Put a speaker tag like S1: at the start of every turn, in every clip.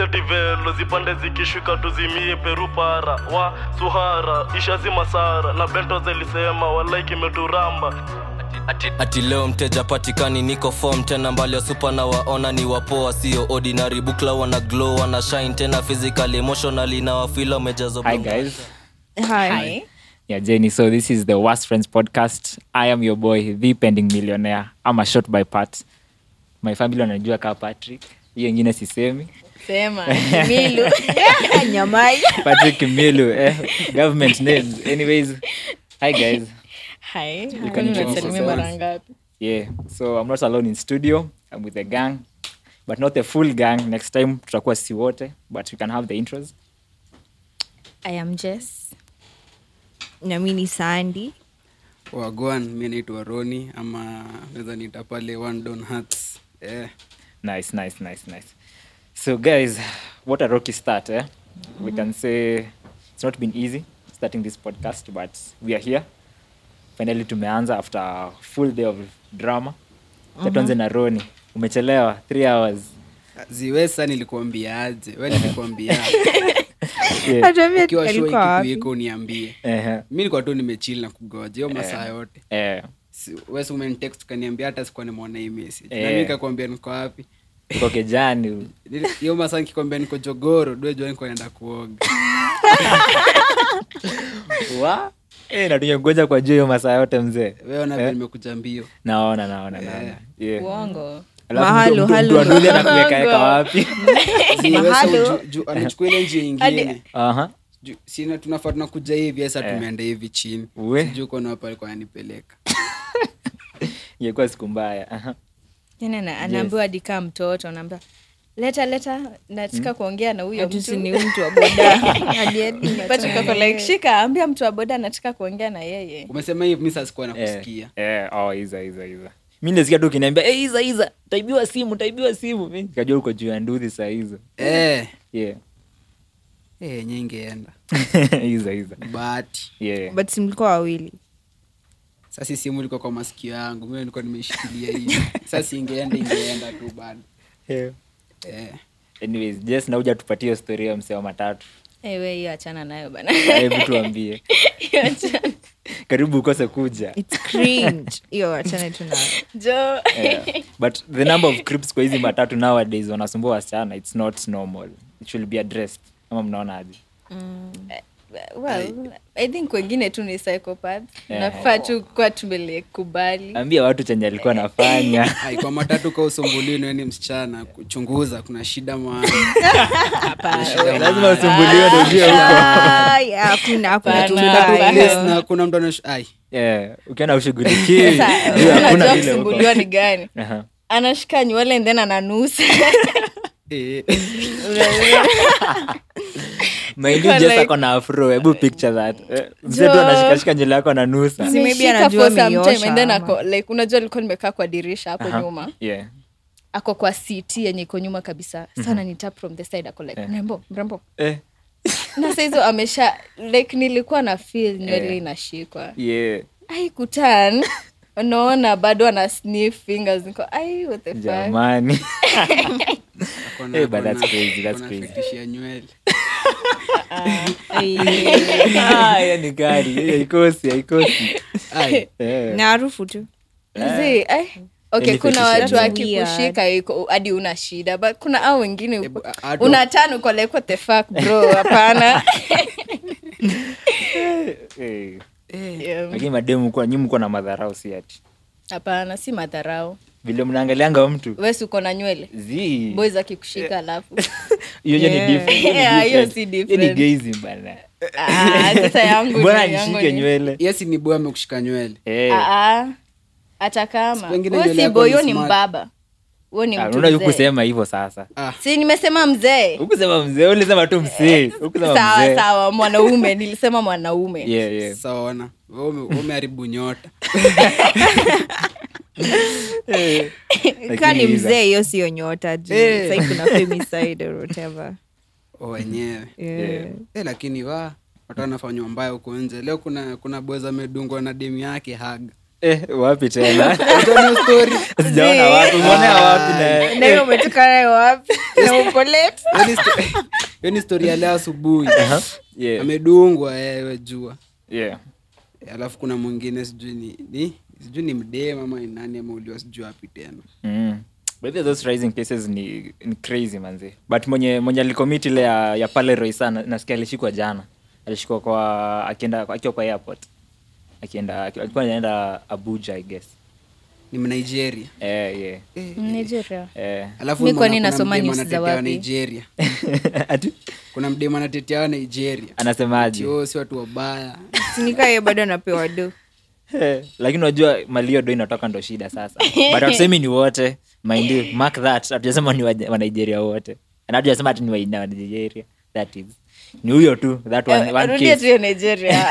S1: setivelo zipande zikishuka tuzimie perupara wa suhara ishazima sara na bento zelisema walaiki imeturamba
S2: ati leo mteja patikani niko form tena mbali ya supa na waona ni wapoa sio ordinary bukla wana glow wana shine tena physical emotionally na wafila wamejazo
S3: Hi, guys.
S4: Hi.
S3: Yeah, Jenny. So, this is the Worst Friends podcast. I am your boy, the pending millionaire. I'm a short by Pat. My family wanajua kaa Patrick. Hiyo ingine sisemi.
S4: Sema Milu.
S5: nyamai
S3: Patrick Milu. Eh, government names. Anyways, hi, guys.
S4: Hi.
S3: can introduce
S4: Unasalimia
S3: yourselves.
S4: mara ngapi?
S3: Yeah. So, I'm not alone in studio. I'm with the gang, but not the full gang. Next time, tutakuwa si wote, but we can have the intros.
S5: i am jess nami ni sandi
S6: wagwan mi naitwa roni ama naweza niita pale one don hats eh.
S3: nice nice nice nice so guys what a rocky start eh? we
S5: Mm-hmm.
S3: can say it's not been easy starting this podcast but we are here finally tumeanza after a full day of drama
S5: Mm-hmm.
S3: tatuanze na roni umechelewa three hours
S6: ziwesa nilikuambia aje we nilikuambia
S3: yeah.
S5: hatuambia
S6: ukiwa shua
S5: alikuwa wapi
S6: ikikuiko uniambie
S3: Ehe.
S6: mi nilikuwa tu nimechili na kugoja hiyo masaa yote
S3: Eh,
S6: Si- wes umenitext ukaniambia hata sikuwa nimeona hii message na
S3: Eh.
S6: mi nikakwambia niko wapi
S3: uko kejani
S6: Nili- hiyo masaa nikikwambia niko jogoro duejua niko naenda kuoga
S3: wa eh, na tungengoja kwa juu hiyo masaa yote mzee
S6: we ona
S5: Eh.
S6: vile nimekuja mbio
S3: naona naona naona yeah.
S4: Uongo.
S3: Alafu
S5: Mahalo,
S3: mtu- mtu- mtu
S5: halo.
S3: anulia na kuwekaeka wapi
S6: Si Wes
S5: Mahalo.
S6: uju- ju- amechukua ile njia ingine
S3: Aha.
S6: Ju- sina tunafaa tunakuja hivi sasa
S3: Eh.
S6: tumeenda hivi chini
S3: We.
S6: sijui uko na wapi alikuwa ananipeleka
S3: ingekuwa siku mbaya Aha.
S4: Yaani ana- anaambiwa hadi kaa mtoto anaambiwa leta leta nataka
S3: Hmm?
S4: kuongea na huyo mtu
S5: ni mtu wa boda hadi hadi
S4: Patrick ako like shika ambia mtu wa boda nataka kuongea na yeye
S6: umesema hivi mi sasikuwa nakusikia
S3: Eh, oh, iza iza iza mi nasikia tu ukiniambia "Eh, iza iza taibiwa simu taibiwa simu Mi nikajua uko juu ya nduthi saa hizo
S6: Eh,
S3: yeah.
S6: eh, yenye ingeenda
S3: iza iza
S6: bahati
S3: yeah.
S5: but si mlikuwa wawili
S6: sasa simu ilikuwa kwa masikio yangu mi nilikuwa nimeshikilia hivi sasa ingeenda ingeenda tu bado
S3: yeah.
S6: eh.
S3: anyways jes nauja tupatie hiyo story ya msewa matatu
S4: Eh, we hiyo achana nayo bana
S3: hebu tuambie
S4: Hiyo achana.
S3: karibu ukose kuja
S5: its cringe hiyo wachane tu nayo
S4: jo
S3: yeah. but the number of crips kwa hizi matatu nowadays wanasumbua wasichana its not normal it should be addressed ama mnaonaje
S4: Mm. well i think wengine tu ni psychopath
S3: Eh.
S4: nafaa tu kuwa Eh. tumelikubali
S3: ambia watu chenye alikuwa anafanya
S6: Ai, kwa matatu ka usumbuliwi nawe ni msichana kuchunguza kuna shida mahali. Kuna shida
S3: Eh, lazima
S6: mahali.
S3: usumbuliwe ndio ujue huko
S5: Ai, hakuna hakuna kitu
S6: Kuna
S4: Ah,
S5: kama
S6: police
S5: hiyo.
S6: na kuna mtu anash- ai,
S3: Yeah, ukiona ushughulikiwi
S4: Sasa,
S3: jua hakuna
S4: unajua
S3: vile uko.
S4: kusumbuliwa ni gani
S3: Aha.
S4: anashika nywele ndena ananusa
S6: eh.
S3: Mind you,
S4: Iko
S3: Jess
S4: like-
S3: ako na afro hebu picture that Eh, mzee
S4: Jo.
S3: tu anashikashika nywele yako ananusa
S5: maybe
S4: Nimeshika
S5: anajua
S4: for some
S5: ameiosha
S4: time and then
S5: ama-
S4: ako- like unajua alikuwa nimekaa kwa dirisha hapo
S3: Aha.
S4: nyuma
S3: Yeah.
S4: ako kwa city yenye iko nyuma kabisa sana ni tap from the side ako like mrembo mrembo
S3: Eh,
S4: na sahizo amesha like nilikuwa na feel nywele inashikwa
S3: yeah.
S4: ai kutan unaona bado ana sniff fingers niko ai what the fuck
S3: jamani
S6: Kuna-
S3: Eh, but
S6: kuna-
S3: that's crazy, that's
S6: kuna
S3: crazy.
S6: fetish ya nywele
S3: Ah, hiyo ni gari hiyo haikosi haikosi
S6: Ai,
S3: Eh,
S5: na harufu tu
S4: Zii, ai Eh. okay
S3: Any
S4: kuna
S3: fetish
S4: watu
S3: ya
S4: wakikushika iko hadi una shida but kuna au wengine
S6: Ebu,
S4: uko-
S6: a- a-
S4: una tano uko like what the fuck bro hapana
S3: eh.
S4: Yeah.
S3: lakini mademu kuwa nyi mko na madharau si ati
S4: hapana si madharau
S3: vile mnaangalianga mtu
S4: wesi uko na nywele
S3: Zii.
S4: boys
S3: Eh.
S4: akikushika alafu
S3: hiyo hiyo ni
S5: Yeah.
S3: different, hiyo ni
S4: Yeah, hiyo
S3: different.
S4: si
S3: Hiyo ni
S4: different.
S3: gayism bana
S4: Ah, sasa yangu ni-
S3: mbona
S4: yangu
S3: nishike
S4: ni-
S3: nywele
S6: yes ni boy amekushika nywele
S3: Eh.
S4: Ah, ah. hata kama
S6: Siku ingine
S4: Wewe
S6: nywele
S4: si
S6: yako
S4: boyo
S6: ni
S4: ni
S6: smart.
S4: mbaba huo ni
S3: Ah,
S4: mtu
S3: unajua
S4: mzee.
S3: kusema hivyo sasa
S6: Ah,
S4: si nimesema mzee
S3: ukusema mzee ulisema tu msee ukusema
S4: Eh, sawa
S3: mzee
S4: sawa mwanaume nilisema mwanaume
S3: Yeah, yeah.
S6: saona Wewe ume- wewe umeharibu nyota
S5: kaa ni
S3: Lakini iza.
S5: mzee hiyo siyo nyota juu
S3: Eh.
S5: sahii kuna femicide or whatever
S6: wenyewe
S5: Yeah.
S3: Yeah.
S6: Eh, lakini wa watu wanafanywa mbaya huko nje leo kuna kuna boys amedungwa na demu yake haga
S3: eh, wapi tena
S6: Tano story.
S3: sijaona wapi mwonea wapi na
S5: na hiyo umetoka nayo wapi na uko late
S6: Hiyo ni sto- hiyo ni story ya leo asubuhi
S3: Uh-huh. yeah,
S6: amedungwa ewe jua Eh,
S3: yeah.
S6: alafu kuna mwingine sijui ni, ni sijui ni mdem ama ni nani ameuliwa sijui wapi tena
S3: Mm. By the way, those rising cases ni, ni crazy manzi but mwenye mwenye alikomiti ile ya, ya pale roisa na- nasikia alishikwa jana alishikwa kwa akienda akiwa kwa airport akienda alikuwa anaenda abuja i guess
S6: ni mnigeria
S3: eh, yeah.
S4: nigeria
S3: eh.
S6: alafu
S4: Mi kwani
S6: unaona kuna
S4: nasoma
S6: mdem
S4: news za
S6: anatetea
S4: wapi?
S6: nigeria
S3: Ati?
S6: kuna mdemu anatetea wa nigeria
S3: anasemaje
S6: tio si watu wabaya
S5: nikaye bado anapewa do
S3: Eh, lakini unajua malio do inatoka ndo shida sasa but hatusemi ni wote mind you, mark that hatujasema ni wa- wa nigeria wote na hatujasema ati ni wa wa nigeria that is ni huyo tu that one,
S4: Eh,
S3: one
S5: rudia
S3: case.
S5: tu ya nigeria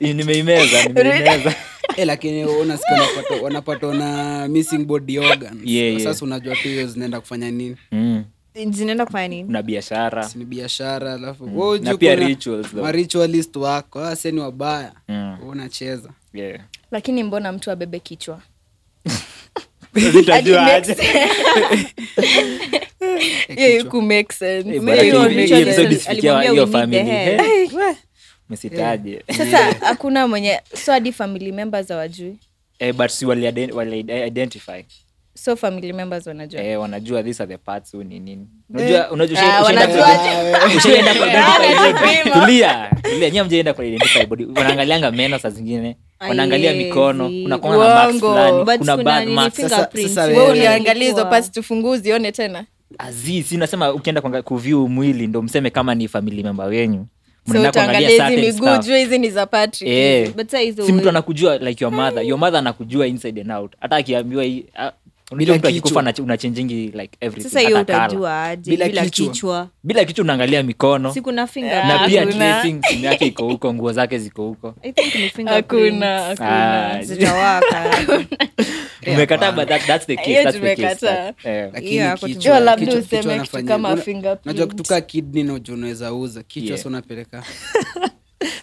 S3: nimeimeza nimeimeza
S6: e, lakini unasikia wanapata- wanapatwa na missing body organs.
S3: Yeah, yeah.
S6: sasa unajua tu hiyo zinaenda kufanya nini
S3: mm.
S5: zinaenda kufanya nini
S3: kuna biashara
S6: Si ni biashara alafu wewe
S3: Mm. Na
S6: juu
S3: pia
S6: kuna
S3: rituals, though.
S6: ma- ritualist wako ah, se ni wabaya
S3: Mm.
S6: Wewe unacheza
S3: Yeah.
S4: lakini mbona mtu abebe kichwa
S3: Utajua aje.
S4: hiyo iku make sense.
S3: Eh,
S4: Mi
S3: bwana,
S4: hiyo
S3: hii- hii
S4: nichora
S3: episode
S4: sana.
S3: isifikie wa-
S5: alimwambia
S3: hiyo
S5: we need the
S3: family.
S5: hair.
S3: Hey, msitaje
S4: sasa hakuna mwenye so hadi family members hawajui
S3: Eh, but si wali iden- wali ide- identify
S4: so family members wanajua
S3: Eh, wanajua these are the parts huu ni nini unajua unajua
S4: Ah,
S3: ushaenda- ushaenda-
S4: wanajuaje?
S3: ushaenda kwa identify
S4: Ah,
S3: body.
S4: lazima.
S3: tulia tulia nyie mjaenda kwa identify body wanaangalianga meno saa zingine wanaangalia
S5: Aiezi.
S3: mikono unakuwa na marks
S4: Uongo.
S3: fulani
S5: But
S3: kuna
S5: kuna
S3: bad
S5: nini,
S3: marks
S5: finger-
S6: Sasa-
S5: Fingerprints.
S6: sasa
S4: we
S6: wewe-
S4: uliangalia hizo
S5: Ilikuwa-
S4: pasi tufunguzi ione tena
S3: Azizi, si unasema ukienda kuanga- kuview mwili ndo mseme kama ni family member wenyu
S4: so
S3: Mnaenda kuangalia
S4: utaangalia hizi
S3: certain
S4: miguu
S3: stuff.
S4: juu hizi ni za patrick
S3: Eh.
S5: But saa hizo
S3: si mtu
S5: wewe-
S3: anakujua like your mother your mother anakujua inside and out hata akiambiwa hii- ah, unajua mtu akikufa
S6: kichwa.
S3: anachi- unachangingi like everything
S5: sasa hiyo
S3: hata colour.
S5: utajua aje
S6: Bila
S5: bila
S6: kichwa.
S5: kichwa
S3: bila kichwa unaangalia mikono
S5: si kuna finger
S3: na pia
S4: hakuna.
S3: tracing, simu yake iko huko nguo zake ziko huko
S5: I think ni fingerprints.
S4: hakuna
S3: Ah,
S4: hakuna
S5: zitawaka
S3: umekataa but that, that's the case,
S4: Hiyo
S3: that's the case,
S4: tumekataa.
S3: that- eh.
S6: Lakini
S5: Hiyo hakutu-
S6: kichwa-
S4: Yo, labda
S6: kichwa-
S4: useme
S6: kichwa
S4: kitu
S6: wanafanya-
S4: kama
S6: una-
S4: fingerprint.
S6: unajua kitu kaa kidney na uju unaweza uza kichwa
S3: Yeah.
S6: si unapeleka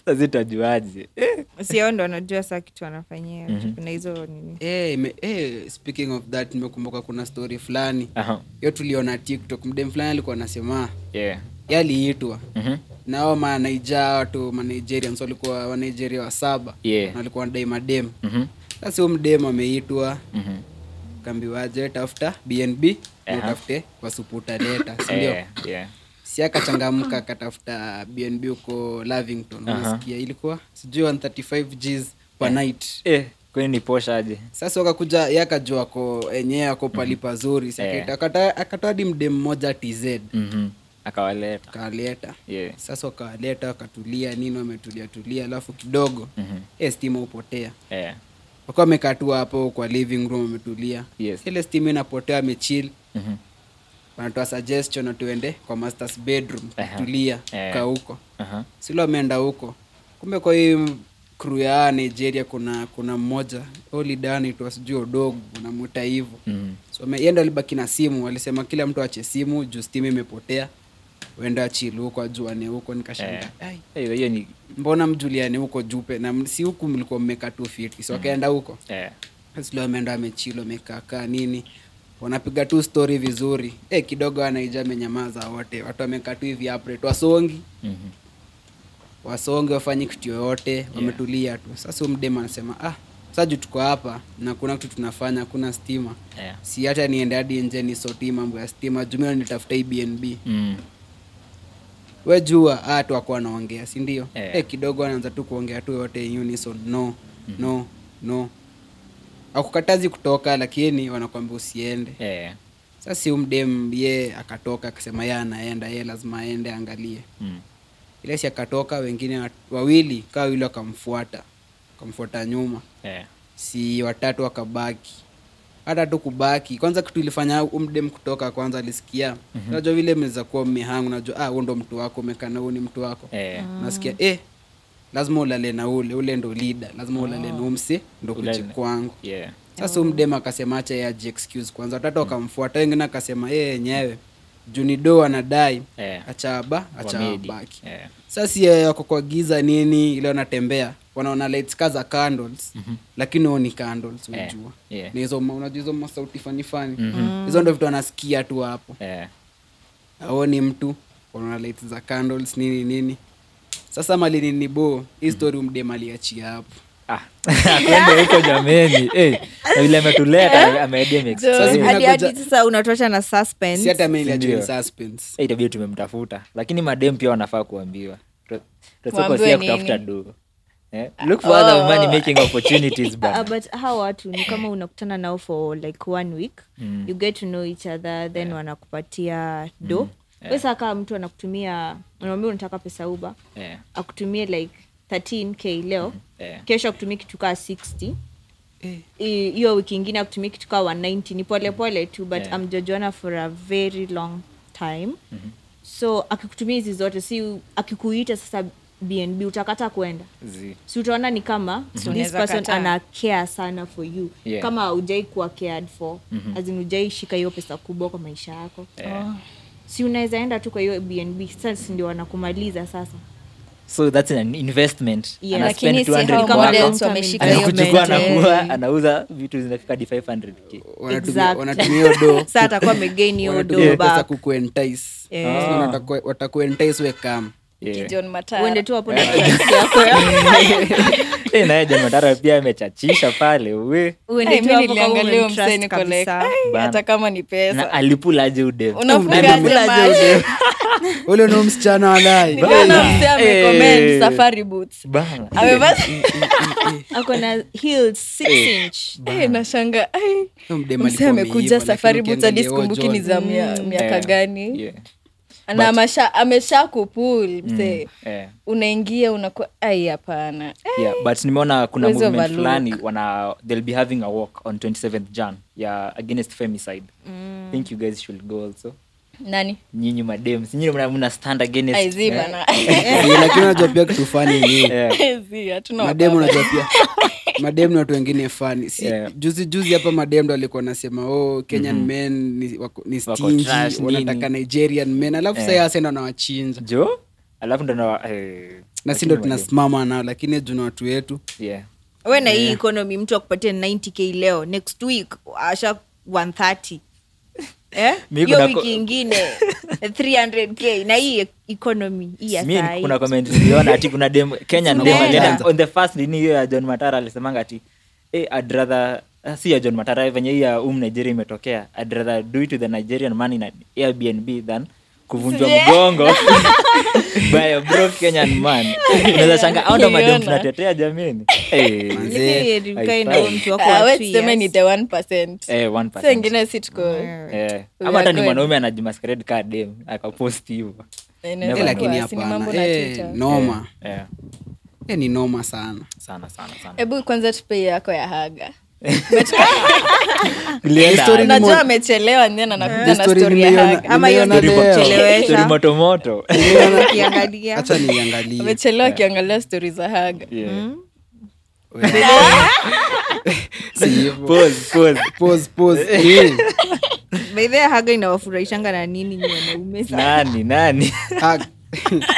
S3: Sasa itajuaje Eh,
S5: sio ndo anajua saa kitu anafanyia kuna hizo nini
S6: Eh, ime- eh, speaking of that nimekumbuka kuna story fulani
S3: aha,
S6: hiyo tuliona tiktok mdem fulani alikuwa anasema "Ah,
S3: yeah.
S6: yaliitwa
S3: Mhm.
S6: nao manaija watu manigeria so walikuwa wanigeria wa saba
S3: Yeah.
S6: na walikuwa wanadai madem
S3: Mhm.
S6: sasa huyo mdem ameitwa
S3: Mhm.
S6: kambiwaje tafuta bnb na utafute wasuputa leta sindio
S3: Eh, yeah.
S6: si akachangamka akatafuta bnb huko lavington unasikia ilikuwa sijui 135 gs per night
S3: Eh, kwani ni posha aje
S6: sasa wakakuja ye akajua ako enyewe ako pali
S3: Mm-hmm.
S6: pazuri
S3: Eh.
S6: si akaita- akata- akatoa hadi mdem mmoja tz
S3: Mhm. akawaleta
S6: kaleta
S3: yeah.
S6: sasa wakawaleta wakatulia nini wametulia tulia alafu kidogo
S3: Mhm.
S6: mm-hmm. e stima hupotea
S3: eh.
S6: wakiwa wamekatua hapo kwa living room wametulia
S3: Yes.
S6: ile stima inapotea amechill
S3: Mhm.
S6: wanatoa suggestion na tuende kwa masters bedroom
S3: Aha.
S6: tulia
S3: Eh.
S6: ka huko
S3: Aha.
S6: silo ameenda huko kumbe kwa hii crew ya nigeria kuna kuna mmoja olida anaitwa sijui odogu unamuta hivo
S3: Mhm.
S6: so ame- yeye ndo alibaki na simu walisema kila mtu ache simu juu stima imepotea uende achilu huko ajuane huko nikashanga "Ai,
S3: Eh, hiyo ni
S6: mbona mjuliane huko jupe na m- si huku mlikuwa mmekaa tu fiti so akaenda huko
S3: eh.
S6: silo ameenda amechilo amekaakaa nini wanapiga tu story vizuri eh kidogo anaija amenyamaza wote watu wamekaa tu hivi apret wasongi
S3: Mhm.
S6: wasonge wafanye kitu yoyote wametulia tu sasa huyu mdema anasema ah sasa juu tuko hapa na kuna kitu tunafanya kuna stima
S3: Eh.
S6: si hata niende hadi nje nisoti mambo ya stima jumia nitafuta hii bnb
S3: Mm.
S6: we jua ah, tu akuwa anaongea si ndio
S3: Eh.
S6: Eh, kidogo anaanza tu kuongea tu yote in unison no no no akukatazi kutoka lakini wanakwambia usiende
S3: Eh.
S6: sasa si umdem ye akatoka akasema ye anaenda ye lazima aende angalie
S3: Mm.
S6: ile si akatoka wengine wat- wawili kaa wawili wakamfuata wakamfuata nyuma
S3: Eh.
S6: si watatu wakabaki hata tu kubaki kwanza kitu ilifanya umdem kutoka kwanza alisikia
S3: Mhm.
S6: mm-hmm. najua vile mnaweza kuwa mmehangu najua ah, huo ndo mtu wako umekana huu ni mtu wako
S3: Eh.
S6: nasikia eh, lazima ulale na ule ule ndo lida lazima ulale na umse ndo kuche
S3: Ulale.
S6: kwangu
S3: Yeah.
S6: sasa umdem akasema acha yeye aji excuse kwanza watatu wakamfuata wengine akasema yeye yenyewe junido anadai
S3: Eh.
S6: acha aba acha
S3: Wamedi.
S6: abaki
S3: Eh.
S6: sasa si yeye wako kwa giza nini ile wanatembea wanaona lights ka za candles lakini huo ni candles
S3: Mhm. Eh,
S6: unajua
S3: yeah. Mhm.
S6: ni hizo ma- unajua hizo masauti fanifani hizo ndo vitu wanasikia tu hapo
S3: Eh,
S6: aoni mtu wanaona lights za candles nini nini sasa malini ni bo hii story mdem aliachia hapo
S3: ah. Akwende huko jameni Eh, na vile ametuleta ameedia mix.
S4: So,
S6: Sasa
S3: Eh,
S6: mna-
S5: hadi hadi
S6: kuja-
S5: sasa unatuacha na suspense.
S6: si hata mimi
S3: Sindio.
S6: niliachia ni suspense
S3: eh, itabidi tumemtafuta lakini madem pia wanafaa kuambiwa Ro- Rosoko si
S4: Waambiwe
S3: ya
S4: nini?
S3: kutafuta do eh? look for other
S4: oh.
S3: money making opportunities
S7: Ah,
S3: bana.
S5: Um,
S7: but hawa watu ni kama unakutana nao for like one week
S3: Mm.
S7: you get to know each other then wanakupatia do
S3: Mm.
S7: we saa kama mtu anakutumia unaambia unataka pesa uba
S3: Eh,
S7: akutumie like 13k leo
S3: eh.
S7: kesho akutumie kitu kaa 60
S5: Eh.
S7: I- hiyo wiki ingine akutumie kitu kaa 190 ni pole pole tu but
S3: Mm. Yeah. Mm-hmm.
S7: amjajuana for a very long time so akikutumia hizi zote si akikuita sasa bnb utakata kwenda
S3: Zi.
S7: si utaona ni kama this
S5: Unaweza
S7: person
S5: kataa.
S7: ana care sana for you
S3: Yeah. Mhm.
S7: kama ujai kuwa cared for mm-hmm. azin ujai shika hiyo pesa kubwa kwa maisha yako
S3: Eh.
S5: Oh.
S7: si unaweza enda tu kwa hiyo bnb sasa si ndio wanakumaliza sasa
S3: so that's an investment
S7: Yeah.
S3: Ana
S7: Lakini
S3: spend
S4: si hao
S3: 200
S7: kama
S3: kwako,
S7: models wameshika hiyo
S3: anakuchukua
S5: mental.
S4: eh.
S3: anakuwa anauza vitu zinafika hadi 500k
S6: wanatumia
S7: Exactly.
S6: wanatumia hiyo do
S5: Sasa atakuwa amegain hiyo
S6: wanatumia
S5: do
S6: pesa
S5: back.
S6: kukuentice
S5: Yeah.
S6: Sasa wataku- watakuentice we kam
S3: Yeah.
S4: Gideon Matara.
S7: uende tu hapo na trust yako ya-
S3: Eh, naye jamatara pia amechachisha pale we
S7: uende
S4: Hey,
S7: tu
S4: mi
S7: hapo kama
S4: niliangalia huyo msee
S7: umemtrust
S4: niko like,
S7: kabisa.
S4: "Ai,
S3: Bana.
S4: hata kama ni
S3: na
S4: pesa
S3: alipulaje udem
S4: Unafungaje macho?
S6: ule no msichana walai
S4: Niliona msee
S3: Eh.
S4: amecomment safari boots
S3: bana
S4: amevaa
S7: ako na heels 6 inch
S4: Eh, nashanga ai,
S6: Huyo mdem
S4: msee
S6: alikuwa ameiva,
S4: amekuja
S6: lakini
S4: safari boots hadi
S6: ukiangalia huyo
S4: sikumbuki ni za mia-
S6: Mm.
S4: miaka
S3: Eh,
S4: gani
S3: yeah.
S4: na amesha- amesha
S6: Mm.
S4: kupul msee
S3: eh.
S4: unaingia unakuwa ai hapana Eh,
S3: yeah, but nimeona kuna
S4: Wezi
S3: movement
S4: overlook.
S3: fulani wana they'll be having a walk on 27th jan ya against femicide mm. think you guys should go also
S4: nani
S3: nyinyi madems nyinyi mna- mna stand against
S4: aizi
S3: eh,
S4: bana
S6: John. Eh, lakini unajua pia kitu fani ni
S3: eh,
S4: Aizi, hatuna
S6: mademu
S4: wababa.
S6: unajua pia mademu ni watu wengine fani si
S3: Yeah. Mm-hmm.
S6: juzi juzi hapa mademu ndo alikuwa nasema oh kenyan men ni, wako, ni
S3: Wako
S6: stingy
S3: trash,
S6: wanataka nigerian men alafu yeah. sayasenda nawachinja
S3: jo alafu ndo na eh,
S6: na si ndo
S3: lakini madem-
S6: tunasimama nao lakini juna watu wetu
S3: yeah.
S5: we na hii economy mtu akupatie 90k leo next week asha 130 Eh?
S3: Mi
S5: hiyo
S3: kuna ko-
S5: wiki ingine 300k na hii e-, economy hii ya
S3: Mi
S5: saa hii.
S3: kuna comment niliona ati kuna dem Kenya ndio
S5: Tunaenda.
S3: alienda on the first nini hiyo ya John Matara alisemanga ati eh I'd rather ah, si ya John Matara venye hii ya um Nigeria imetokea I'd rather do it with a Nigerian man in an Airbnb than kuvunjwa mgongo by a broke Kenyan man. Unaweza shanga au ndo madem
S4: Niliona.
S3: tunatetea jameni. Eh.
S6: Manze,
S5: Lakini ukae na
S3: haifai.
S5: huyo mtu wako
S4: Ah,
S5: wa
S4: we
S5: two
S4: tuseme
S5: years.
S4: ni the 1%.
S3: Eh 1%.
S4: Sasa ingine si tuko
S3: Eh.
S4: We
S3: Ama
S4: are
S3: hata ni
S4: good.
S3: mwanaume anajimasquerade kama dem akapost hivyo.
S4: inaweza
S3: Eh,
S6: eh,
S4: kuwa,
S6: lakini
S4: si ni mambo
S6: hapana
S4: na
S6: eh,
S4: Twitter.
S6: noma
S3: Eh.
S6: eh, ni noma sana
S3: Sana sana sana.
S4: hebu kwanza tupe yako ya haga
S3: Ilienda
S6: story ni
S4: najua
S6: mo-
S4: amechelewa nena
S6: The
S4: nakuja na
S6: story
S4: stori ya
S6: nimeiona-
S4: haga
S5: Ama hiyo
S6: nimeiona
S5: ndio
S6: leo.
S5: tulipochelewa.
S3: moto. Story moto
S5: Nimeiona-
S3: moto.
S5: Ukiangalia.
S6: hacha niangalie
S4: amechelewa akiangalia stori za haga
S3: Yeah.
S6: Si hivyo.
S3: Pause, pause.
S6: Pause, pause. Eh,
S5: By the way, haga inawafurahishanga na nini nyi wanaume
S3: nani nani
S6: hak-
S3: That's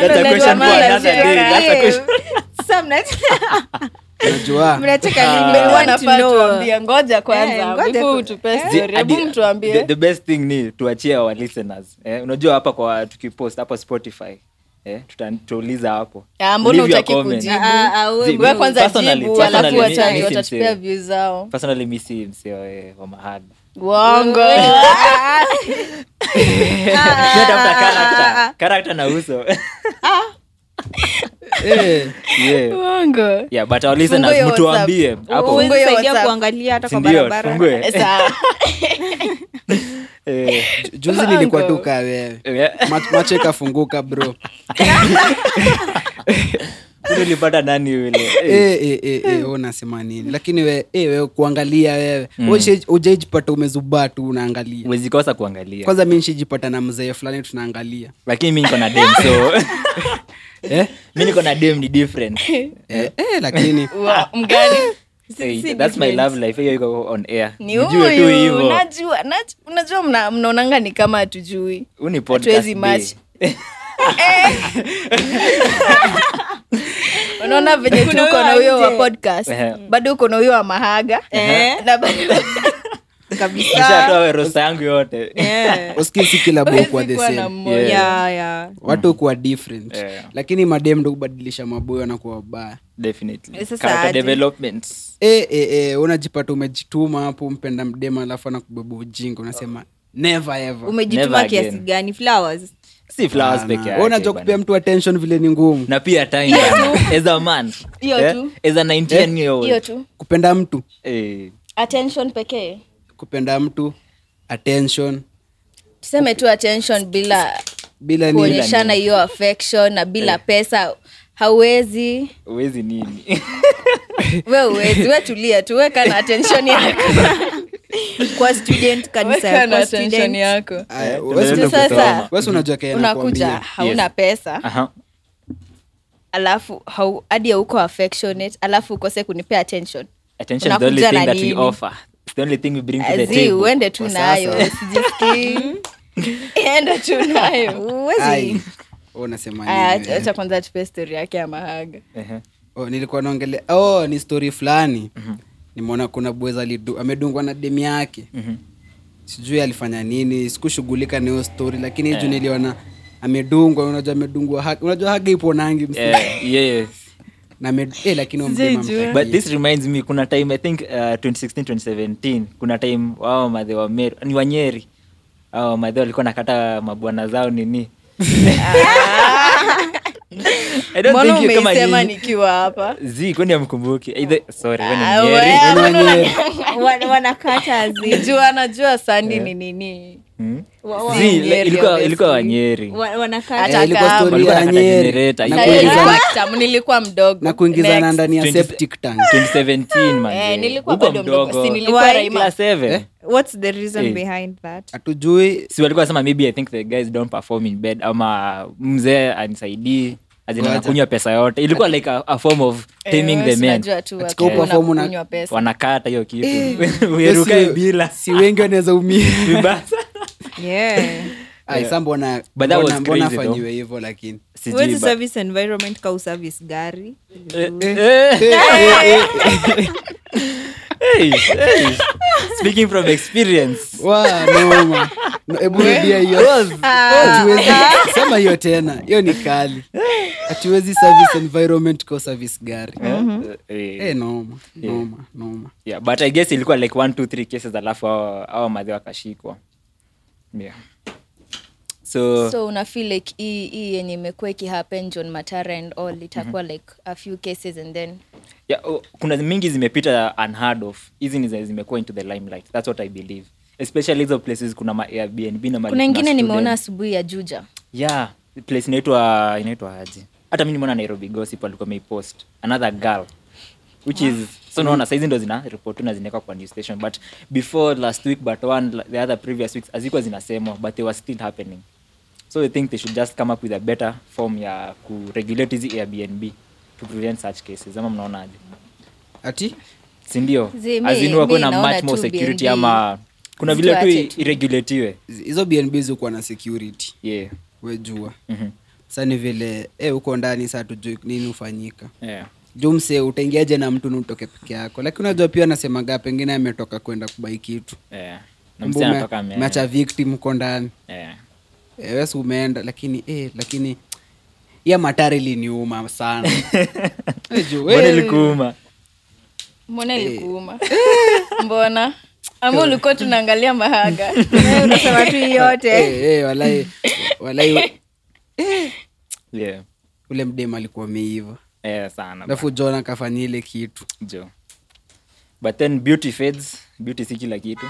S3: a question for another day. That's a question- Ah.
S5: Sasa mna-
S6: unajua
S5: mnacheka nini? We
S4: Nilikuwa
S5: want to
S4: Ah, nafaa
S5: know. uh,
S4: tuambie, ngoja
S5: Eh,
S4: kwanza
S5: ngoja
S4: before
S5: tu-
S4: utupe
S3: Eh, The-
S4: story Eh, hebu
S3: adi-
S4: mtuambie
S3: the- the best thing ni tuachie our listeners eh, unajua hapa kwa tukipost hapo spotify eh, tuta- tutauliza hapo
S4: Ah, mbona
S3: Leave your
S4: utaki
S3: comment.
S4: kujibu?
S5: Ah, ah, we-
S3: Zi-
S4: we kwanza
S3: personally-
S4: jibu
S3: personally,
S4: alafu
S3: mi-
S4: wacha-
S3: mi si
S4: watatupia
S3: msee.
S4: view zao
S3: personally mi si msee eh, wa mahaga
S4: uongo
S3: Tunatafuta character. Character na uso
S6: eh,
S3: yeah.
S4: uongo
S3: Yeah, but our listeners,
S5: Fungue WhatsApp.
S3: mtuambie hapo.
S5: Uwezi
S4: Fungue
S5: saidia
S4: WhatsApp.
S5: kuangalia hata kwa
S3: Sindio,
S5: barabara.
S3: fungue.
S4: Sawa.
S3: Eh,
S6: ju- juzi nilikuwa
S4: Uncle.
S6: tu kaa wewe
S3: yeah.
S6: Mach- macho ikafunguka bro
S3: Huyu ulipata nani yule
S6: Eh,
S3: Eh,
S6: eh, eh, eh, wewe unasema nini lakini we, eh, wewe kuangalia wewe Wewe ujaijipata umezubaa tu unaangalia
S3: huwezi kosa kuangalia
S6: kwanza mi nishijipata na mzee fulani tunaangalia
S3: lakini mi niko na dem so
S6: eh,
S3: mi niko na dem ni different
S6: eh, eh, lakini
S4: Wa- mgani
S3: Hey, that's my love life hiyo iko on air
S4: ni
S3: Nijue tu
S4: huyu
S3: hivyo.
S4: najua naj- unajua mna- mnaonanga ni kama hatujui
S3: Huu ni podcast
S4: hatuwezi
S3: day.
S4: match unaona venye tu uko na huyo wa podcast
S3: Ehe.
S4: bado uko na huyo wa mahaga na bado
S3: Nishatoa we rosa yangu yote
S6: uskisi kila bokwa the
S4: kuwa na
S6: same
S4: mmoja
S5: Yeah, yeah.
S6: watu kuwa different
S3: Yeah.
S6: lakini madem ndo kubadilisha maboyo na kuwa wabaya
S3: definitely
S5: Sasa
S3: character
S5: aje.
S3: development
S6: e, e, e, unajipata umejituma hapo mpenda mdema alafu anakubeba ujinga unasema never ever
S5: umejituma
S3: Never again.
S5: kiasi gani flowers
S3: si flowers
S6: Sana.
S3: peke
S6: Ah, Wewe
S3: yake
S6: unajua
S3: bana.
S6: kupea mtu attention vile ni ngumu
S3: na pia time bana. as a man
S4: Hiyo
S3: eh,
S4: tu.
S3: as a 19 year
S4: hiyo
S3: old
S4: tu
S6: kupenda mtu
S3: eh
S4: attention pekee
S6: kupenda mtu attention
S4: tuseme tu attention bila
S6: bila ni
S4: kuonyeshana hiyo affection na bila pesa hauwezi
S3: uwezi nini
S4: we uwezi we tulia tu weka na attention yako
S5: kwa student
S4: Weka
S5: kanisa
S4: na
S5: kwa
S4: attention
S5: student
S4: yako
S6: Aya,
S3: Eh,
S6: wewe si
S3: tunaenda
S6: utakuta-
S4: kusoma.
S6: wewe si unajua kaya
S4: unakuja
S6: nakwambia
S4: hauna
S3: Yes. Ah.
S4: pesa
S3: aha
S4: alafu hau- hadi auko affectionate alafu ukose kunipea attention
S3: attention is the only
S4: Unakuja
S3: thing
S4: na
S3: that we
S4: nini? Eh,
S3: offer it's the only thing we bring to the
S4: zi
S3: table
S4: uende tu
S6: Kwa
S4: nayo
S6: sasa.
S4: sijisikii enda tu nayo
S6: Ai, wewe unasema
S4: Aya,
S6: nini
S4: acha
S6: wewe?
S4: acha kwanza tupe story yake ya mahaga
S3: Ehe.
S6: Oh, nilikuwa naongelea oh, ni story fulani
S3: Mhm.
S6: nimeona kuna bweza alidu- amedungwa na demu yake
S3: Mhm.
S6: sijui alifanya nini sikushughulika na hiyo story lakini
S3: Eh.
S6: yeah. juu niliona amedungwa unajua amedungwa haki unajua haki ipo nangi msi-
S3: Eh, yes
S6: na amed- eh, lakini huyo mdemu amtaki.
S3: but this reminds me kuna time i think uh, 2016 2017 kuna time wao madhe wa meru ni wanyeri au madhe walikuwa nakata mabwana zao nini I don't
S4: mbona
S3: think you kama
S4: umeisema
S3: nyinyi-
S4: nikiwa hapa
S3: Zii, kwani amkumbuki Either- sorry, wewe ni
S4: Ah,
S3: Mnyeri.
S4: wewe.
S6: Yaani wenyewe,
S5: Wan- wanakata zi
S4: juu anajua
S6: Eh.
S4: sandi ni nini
S3: Hmm?
S4: wa-
S3: Zii,
S4: wa- Mnyeri,
S3: ilikuwa- ilikuwa
S4: obviously.
S3: wanyeri
S5: wa- wanakata
S4: Hata
S6: eh, ilikuwa
S4: kama-
S6: story
S3: Walikuwa
S6: ya
S3: wanakata
S6: nyeri
S3: generator,
S6: na
S3: ilikuwa-
S4: Sayo,
S6: kuingizana-
S4: ilikuwa kitambo, nilikuwa mdogo
S6: na kuingizana
S4: Next.
S6: ndani ya
S3: 20
S6: septic tank
S3: 2017 man.
S4: Eh,
S3: Eh,
S4: nilikuwa
S3: uko
S4: bado mdogo.
S3: mdogo.
S4: Si nilikuwa
S3: Why?
S4: Raima.
S3: Class seven.
S6: Eh?
S5: what's the reason
S3: Eh.
S5: behind that
S6: hatujui
S3: si walikuwa nasema maybe i think the guys don't perform in bed ama mzee anisaidii
S6: Wacha.
S3: azinakunywa pesa yote ilikuwa like a, a form of
S4: Eh,
S3: taming the
S4: wewe
S3: men
S4: unajua tu
S6: Katika
S4: watu
S6: uperform una-
S4: wanakunywa pesa. Eh.
S3: wanakata hiyo kitu
S6: Yes,
S3: uerukae
S6: si-
S3: bila
S6: si wengi wanaweza umia
S3: Vibaya.
S5: yeah
S6: Ai, sa mbona
S3: But that was
S6: mbona- mbona
S3: crazy though.
S6: afanyiwe hivyo lakini
S3: Sijui
S5: Huwezi
S3: ba-
S5: service environment ka uservice gari
S3: Eh, eh, eh, eh, eh. Speaking from experience
S6: Wa, noma. No, hebu rudia hiyo. Hatuwezi- sema hiyo tena hiyo ni kali hatuwezi service environment kwa service gari
S3: Eh,
S6: Eh, noma noma noma
S3: yeah, but i guess ilikuwa like one two three cases alafu awa madhi wakashikwa yeah. so,
S4: so una feel like hii hii yenye imekuwa ikihappen john matara and all itakuwa
S6: Mhm.
S4: like a few cases and then
S3: yeah, oh, kuna mingi zimepita unheard of hizi ni zenye zimekuwa into the limelight thats what i believe especially hizo places kuna ma airbnb na mahali
S4: kuna ingine
S3: student.
S4: nimeona asubuhi ya juja
S3: yeah place inaitwa inaitwa aje hata mi nimeona nairobi gossip alikuwa meipost another girl which is
S4: Mm-hmm.
S3: so naona saizi ndo zina report na zinawekwa kwa news station but before last week but one la- the other previous weeks hazikuwa zinasemwa but they were still happening so i think they should just come up with a better form ya kuregulate hizi airbnb to prevent such cases ama mnaonaje
S6: ati
S3: sindio
S4: Zi, mi-
S3: azinuwa
S4: mi
S3: kuna
S4: naona
S3: much more
S4: tu
S3: security
S4: B&B.
S3: ama kuna
S4: Mtu
S3: vile tu
S4: aache
S3: i-
S4: tu.
S3: iregulatiwe
S6: hizo bnb zikuwa na security
S3: yeah.
S6: wejua
S3: Mhm.
S6: sa ni vile eh, huko ndani saa tujui nini hufanyika
S3: yeah.
S6: juu mse utaingiaje na mtu na utoke peke yako lakini unajua pia anasemaga pengine ametoka kwenda kubai kitu
S3: yeah. na
S6: Kumbe
S3: msichana
S6: ume-
S3: anatoka ame-
S6: umeacha victim uko ndani
S3: yeah.
S6: Eh, wewe si umeenda lakini eh, lakini ya matari liniuma sana Eh, juu,
S3: mbona
S6: eh,
S3: ilikuuma
S4: mbona ilikuuma mbona ama ulikuwa tunaangalia mahaga Eh, unasema tu yote
S6: eh, eh, walai walai
S3: yeah.
S6: ule mdem alikuwa ameiva
S3: yeah, sana
S6: alafu john akafanya ile kitu
S3: jo but then beauty fades beauty si kila kitu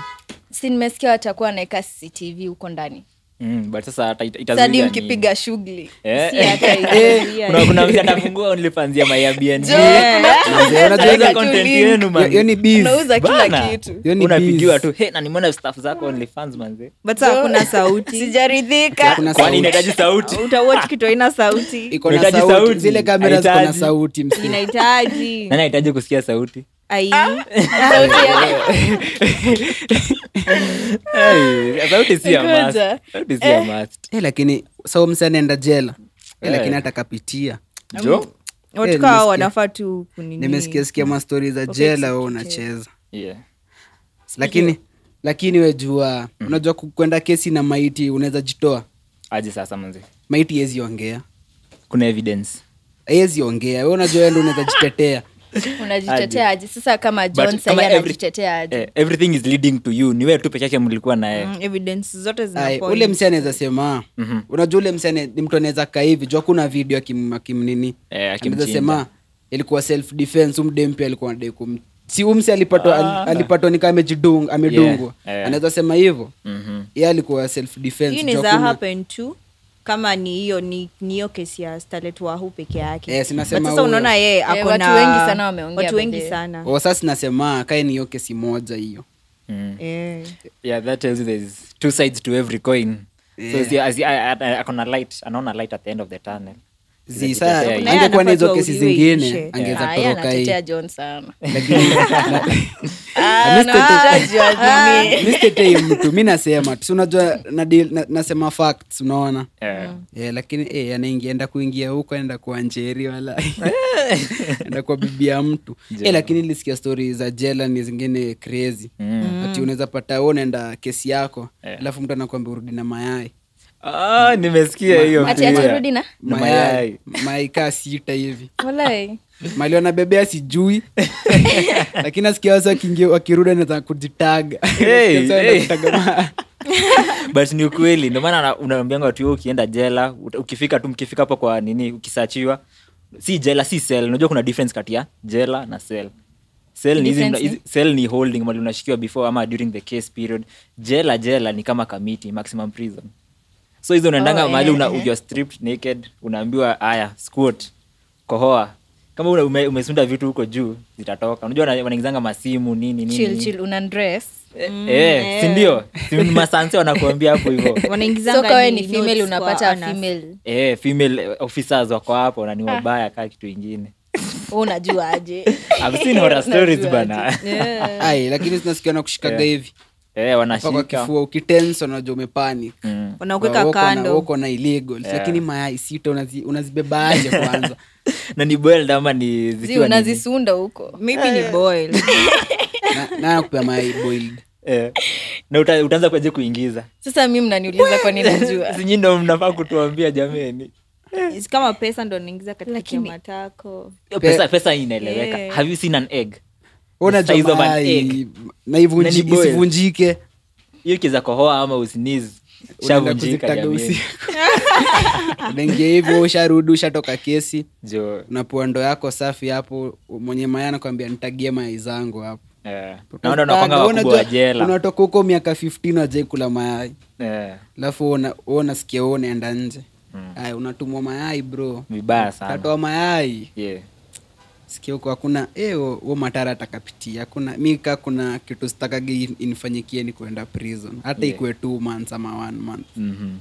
S4: si nimesikia watakuwa wanaweka cctv huko ndani
S3: mm, but sasa hata ita- itazuia
S4: sadi
S3: nini?
S4: mkipiga shughuli
S3: Eh,
S4: si hata
S3: eh,
S4: itazuia.
S3: kuna- kuna mtu atafungua onlyfansia
S6: Mzee, unajua hizo- hiyo- hiyo ni biz.
S4: unauza kila
S3: Bana.
S4: kitu
S6: Hiyo ni
S3: unapigiwa
S6: biz.
S3: tu hey, na nimeona staff zako onlyfans manze
S5: but saa hakuna sauti
S4: sijaridhika
S6: Hakuna
S3: kwani
S6: sauti.
S3: inahitaji sauti
S5: utawatch kitu haina sauti
S6: Iko na
S3: Unahitaji
S6: sauti.
S3: sauti.
S6: zile kamera ziko na
S3: Unahitaji.
S6: sauti msi.
S5: inahitaji
S3: nani anahitaji kusikia sauti
S5: ai
S4: Ah? Sauti yake
S3: Hey, sauti si ya
S4: Ngoja.
S3: must. Sauti si ya must.
S6: Eh, lakini so mse anaenda jela Eh,
S3: Eh.
S6: lakini atakapitia
S3: Jo?
S5: watu kaa wanafaa tu kunini-
S6: nimesikia sikia mastori za jela we unacheza
S3: yeah.
S6: lakini lakini wejua
S3: Mm.
S6: unajua ku- kwenda kesi na maiti unaweza jitoa
S3: aje sasa manzi
S6: maiti hezi ongea
S3: kuna evidence
S6: hezi ongea we unajua wewe ndio unaweza jitetea
S4: unajitetea aje sasa kama
S3: But
S4: john
S3: kama
S4: sahi
S3: every-
S4: anajitetea aje
S3: eh, everything is leading to you ni wewe tu peke yake mlikuwa naye
S5: Mm, evidence zote zina
S6: Ai,
S5: point.
S6: ule msi anaweza sema "Ah,
S3: Mhm.
S6: unajua ule msi ane- ni mtu anaweza kaa hivi jua kuna video akim- akimnini
S3: Eh, akimchinja.
S6: anaweza sema ilikuwa self defense umde mpya alikuwa anadai kum si umsi alipatwa al- alipatwa ni kama amejidung- amedungwa
S3: Ah. Yeah, eh.
S6: anaweza sema hivyo
S3: Mhm.
S6: yeye alikuwa self defense
S7: hiyo inaweza happen tu kama ni hiyo ni ni hiyo kesi ya stalet wahu peke yake
S6: Yes, nasema
S7: But sasa
S6: Eh, huyo. Oh.
S7: unaona yeye
S4: Eh,
S7: ako
S4: watu
S7: na-
S4: wengi sana wameongea
S7: watu wengi
S4: baadaye.
S7: sana
S6: sasa sinasema kae ni hiyo kesi moja hiyo
S7: Eh.
S3: Mm. yeah that tells you there's two sides to every coin so
S6: Yeah.
S3: see, as, I, I, akona light anaona light at the end of the tunnel
S6: Zii, saa
S3: Kuna yeye
S6: angekuwa na hizo
S7: anapaswa
S6: kesi
S7: auliwe
S6: zingine
S7: iishe.
S6: angeweza
S4: Ah, yeye
S6: toroka hii
S4: anatetea john sana Ah,
S6: misitetei mtu mi nasema tu si unajua na deal- na- nasema facts unaona
S3: yeah.
S6: yeah, lakini eh, anaingia enda kuingia huko enda kuwa njeri wala
S3: Eh.
S6: enda kuwa bibi ya mtu eh, lakini nilisikia stori za jela ni zingine crazy mm. ati unaweza pata wewe unaenda kesi yako
S3: Eh.
S6: alafu mtu anakwambia urudi na mayai
S3: ah, nimesikia hiyo
S4: ati
S3: pia.
S4: atarudi na
S3: Na
S6: mayai
S3: mayai.
S6: mayai kaa sita hivi
S4: walai
S6: mali wanabebea sijui lakini nasikia wasa wakiingia wakirudi anaweza kujitaga
S3: Hey,
S6: Sasa
S3: hey.
S6: anajitaga ma-
S3: but ni ukweli ndio maana ana- unaambianga watu hiyo ukienda jela ut- ukifika tu mkifika hapo kwa nini ukisachiwa si jela si sel unajua kuna difference kati ya jela na sel sel ni, hizi mna-
S4: Difference
S3: hizi- cell ni holding mali unashikiwa before ama during the case period jela jela ni kama kamiti maximum prison so hizo unaendanga
S4: Oh,
S3: oh, mahali
S4: eh,
S3: una,
S4: eh.
S3: ukiwa stripped naked unaambiwa aya squat kohoa kama una- ume, umesunda vitu huko juu zitatoka unajua wana- wanaingizanga masimu nini nini
S4: chill chill unandress
S3: Eh, eh, sindio Si masanse wanakuambia hapo hivo
S4: so
S7: wanaingizanga
S4: kawe
S7: ni
S4: ni female
S7: notes kwa
S4: unapata
S7: anus.
S4: female
S3: eh, female officers wako hapo na ni wabaya kaa kitu ingine
S4: Wewe unajua aje
S3: I've seen horror stories bana
S6: ai lakini zinasikia na kushikaga hivi
S3: eh,
S6: mpaka kwa
S3: wanashika
S6: kifua ukitens unajua umepanic
S3: Mm. Eh.
S5: Wanakuweka
S6: Wako na-
S5: kando.
S6: wako na illegal lakini mayai sita unazi- unazibeba aje kwanza
S3: na ni boiled ama ni
S4: zi
S3: zikiwa nini?
S4: unazisunda huko Eh.
S5: maybe ni boil
S6: Na- na nakupea mayai boiled
S3: eh, na uta, utaanza kuaje kuingiza
S4: sasa mi mnaniuliza kwa nini najua
S3: sinyi ndo mnafaa kutuambia jameni
S7: It's kama pesa ndo naingiza katika matako
S3: Hiyo pesa, pesa hii inaeleweka
S7: Eh.
S3: have you seen an egg
S6: unajua
S3: Size of an
S6: mayai
S3: egg.
S6: na ivunji-
S3: Na ni boiled.
S6: isivunjike
S3: hiyo kiza kohoa ama usiniz
S6: unaenda
S3: shavunjika
S6: kuzitaga
S3: jameni
S6: usiku unaingia hivyo usharudi ushatoka kesi
S3: jo
S6: unapua ndo yako safi hapo mwenye mayai anakwambia nitagie mayai zangu hapo
S3: eh, naona unakwanga
S6: Unajua-
S3: wakubwa wa jela
S6: unatoka huko miaka 15 wajai kula mayai
S3: eh,
S6: alafu una- wewe unasikia wewe unaenda nje Aya, unatumwa mayai bro
S3: vibaya Mm. sana
S6: katoa mayai
S3: yeah.
S6: sikia huko hakuna eh, huo huo matara atakapitia hakuna mi ka kuna kitu sitakage in- inifanyikie ni kuenda prison hata
S3: Yeah.
S6: ikuwe two months ama one month
S3: Mhm.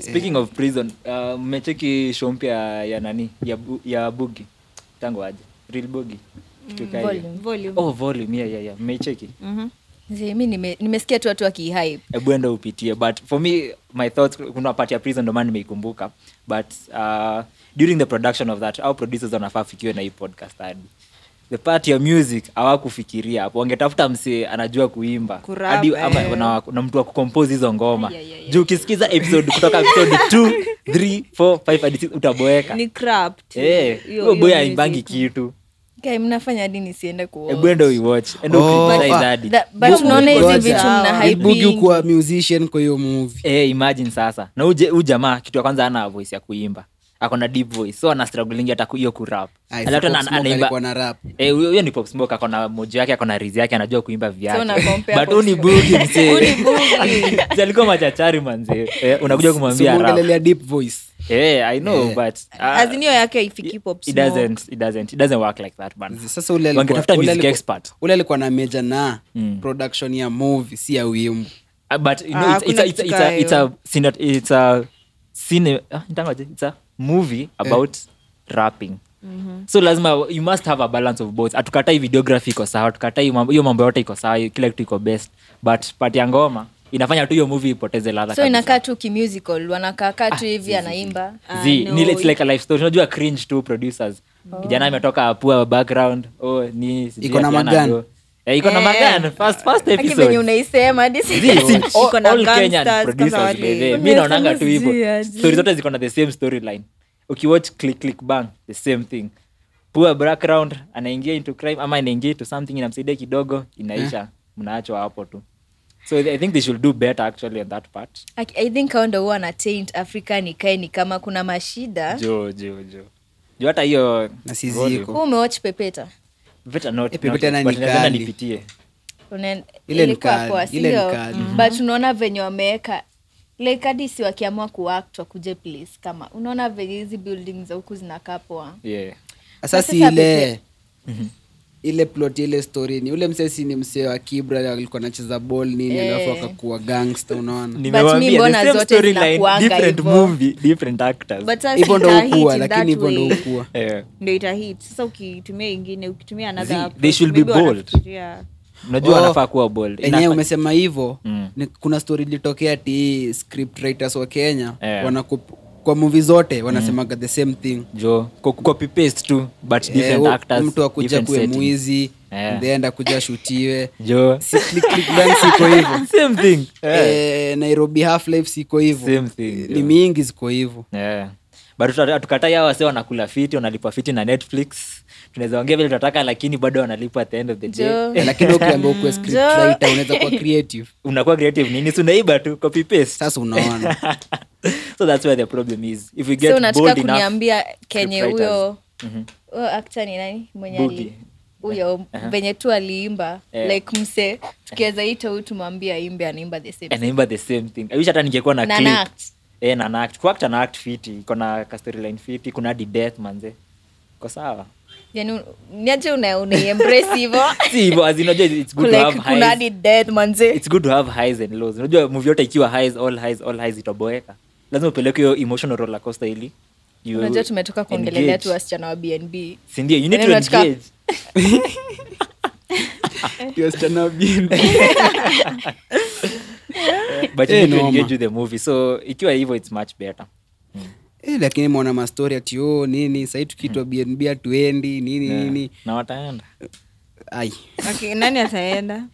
S3: speaking of prison uh, mmecheki show mpya ya nani ya, bu, ya bugi tangu aje real bugi Kitu kaa hiyo. oh volume yeah, yeah, yeah. mmecheki
S4: Zi, mi Mhm. nime- nimesikia tu watu wakihype
S3: ebu enda upitie but for me my thoughts kuna part ya prison ndomana nimeikumbuka but uh, during the production of that au producers wanafaa fikiwe na hii podcast hadi the part ya music hawakufikiria hapo wangetafuta msee anajua kuimba
S5: Kurap,
S3: hadi ama
S5: eh.
S3: na, na mtu wa kucompose hizo ngoma juu ukisikiza episode kutoka episode 2 3 4 5 hadi 6 utaboeka
S7: ni crap tu.
S3: Eh,
S7: Hiyo-
S3: huyo boy
S7: hiyo
S3: aimbangi
S7: music.
S3: kitu
S4: Guy, mnafanya hadi nisiende kuona.
S3: ebu enda uiwatch enda ukriticize hadi
S4: That- but unaona hizi
S6: Ngoja.
S4: vitu mna
S6: Lil Boogie
S4: hyping.
S6: kuwa musician kwa hiyo movie
S3: eh imagine sasa na uje- huyu jamaa kitu ya kwanza ana voice ya kuimba akona deep voice so ana struggling hata ku- hiyo kurap
S6: Aye,
S3: Alafu
S6: Pop
S3: ana-
S6: Smoke alikuwa na rap.
S3: eh huyo huyo ni pop smoke akona mojo yake akona rizi yake anajua kuimba
S4: So una
S3: vyake
S4: compare
S3: but
S4: Pop
S3: huyu ni
S4: Smoke.
S3: bugi mzee Si alikuwa machachari manzee eh, unakuja kumwambia rap
S6: Simuongelelea deep voice
S3: eh i know but ah,
S5: As in hiyo yake haifiki Pop
S3: it
S5: Smoke.
S3: doesn't it doesn't it doesn't work like that man
S6: sasa ule alikuwa-
S3: wangetafuta
S6: ule
S3: music
S6: alikuwa-
S3: expert Mm.
S6: ule alikuwa na meja na production ya movie si ya wimbo
S3: Uh, but you
S5: Ah,
S3: know, it's, it's, a, it's, a, it's, a, it's, a, cine- it's a cine, ah, nitangaje? it's a movie
S6: Eh.
S3: about rapping
S4: Mm-hmm.
S3: so lazima you must have a balance of both hatukatai videography iko sawa hatukatai mambo- hiyo mambo yote iko sawa hiyo- kila kitu iko best but part ya ngoma inafanya tu hiyo movie ipoteze ladha
S4: so
S3: kabisa.
S4: inakaa tu kimusical wanakaakaa
S3: Ah,
S4: tu hivi anaimba Ah,
S3: Zii,
S7: no,
S3: ni it's like a life story unajua cringe tu producers
S4: Oh.
S3: kijana ametoka poor background oh ni sijui
S6: Iko na
S3: Adriana
S6: magan.
S3: Ado. Eh, iko na magan first first
S4: aki venye
S3: episode
S4: unaisema hadi
S3: Zii,
S4: si-
S3: it's all-
S7: Iko na
S3: all Kenyan
S7: gangsters kama
S3: producers
S7: wale.
S3: by the way. mi
S4: Unasema
S3: naonanga tu hivo
S4: sijui aje.
S3: stori zote ziko na the same storyline ukiwatch click click bang the same thing poor background anaingia into crime ama anaingia into something inamsaidia kidogo inaisha mnaachwa hapo tu so i think they should do better actually on that part
S4: Aki- i think hao ndo huwa ana taint africa nikae ni kama kuna mashida
S3: jo jo jo jo hata hiyo
S6: Na si
S3: Rodo.
S6: ziko.
S4: huu umewatch pepeta
S3: Better not-
S6: Epe-
S3: not-
S6: Peter na
S3: but
S6: ni
S3: lazima
S6: kali.
S3: nipitie.
S4: Unaen-
S6: Ile ni
S4: ilikuwa
S6: kali,
S4: poa,
S6: ile ni
S4: sio?
S6: kali.
S4: Mm.
S3: Mm-hmm.
S4: but unaona venye wameweka like hadi si wakiamua kuact wakuje place kama unaona venye hizi building za huku zinakaa poa
S3: Yeah.
S6: sasa si
S4: sasa
S6: ile
S3: Mhm.
S6: ile plot ile story ni ule msee si ni msee wa kibra alikuwa anacheza ball nini
S3: Eh.
S6: alafu akakuwa gangster unaona
S3: Nimewaambia, the
S4: mbona
S3: same
S4: zote
S3: storyline,
S4: zinakuanga
S3: different
S4: hivo?
S3: movie, different actors.
S7: but sasa
S6: hivyo ndo
S7: ita hit
S6: ukua
S7: in
S6: lakini
S7: that
S6: hivyo ndo
S7: way.
S6: ukua
S3: Eh,
S7: ndo itahit sasa ukitumia ingine ukitumia another
S3: Zii,
S7: approach,
S3: they should be
S7: maybe
S3: bold.
S7: wanafikiria-
S3: unajua
S6: Oh,
S3: wanafaa kuwa bold.
S6: enyewe
S3: Inafaa-
S6: umesema hivo
S3: Mm.
S6: ni- kuna story ilitokea ti script writers wa kenya
S3: Eh. Mm.
S6: wanakup- kwa muvi zote wanasemaga the same thing
S3: jo ko- copy paste tu but
S6: Eh,
S3: different
S6: u-
S3: actors,
S6: mtu akuja
S3: different
S6: kuwe
S3: setting.
S6: mwizi
S3: Eh.
S6: then akuja ashutiwe
S3: Jo.
S6: Si click click bang siko hivo
S3: Same thing. Eh,
S6: Eh, nairobi half life siko hivo
S3: Same thing,
S6: ni
S3: yeah.
S6: mingi ziko hivo
S3: eh. but tuta- hatukatai hawa wase wanakula fiti wanalipwa fiti na netflix tunaweza ongea vile tunataka lakini bado wanalipwa at the end of the day
S4: Jo.
S6: Eh, lakini ukiambia ukuwe script writer unaweza kuwa creative
S3: unakuwa creative nini si unaiba tu copy paste
S6: sasa unaona
S3: so that's where the problem is if we
S4: so
S3: get
S4: unataka
S3: bold enough Mhm.
S4: kuniambia kenye
S3: scriptwriters.
S4: huyo huyo Oh, actor ni nani mwenye
S3: Bugi.
S4: ali- huyo venye tu aliimba
S3: Eh.
S4: like mse tukiweza ita huyu tumwambie aimbe anaimba the same
S3: anaimba the same thing i wish hata ningekuwa na
S4: Na
S3: clip.
S4: anact.
S3: Eh, na anact. Kuact anact fiti iko na ka storyline fiti kuna hadi death manze ko sawa
S4: yani niaje una unaiembrace hivo
S3: si hivyo as in, unajua it's good to have
S4: like kuna
S3: highs
S4: hadi death manze
S3: it's good to have highs and lows unajua movie yote ikiwa highs all highs all highs itaboeka lazima upeleke hiyo emotional roller coaster ili you
S4: unajua tumetoka kuongelelea
S3: engage.
S4: tu wasichana wa bnb
S3: Si ndio, you need
S4: Yaani
S3: to
S4: unataka-
S3: engage but you
S6: Eh,
S3: need to
S6: noma.
S3: engage with the movie so ikiwa hivyo it's much better
S6: Eh, lakini mwana mastori ati oh, nini sahii tukitwa
S4: Hmm.
S6: bnb hatuendi nini nini
S3: na wataenda
S6: ai
S7: Okay, nani ataenda
S6: ai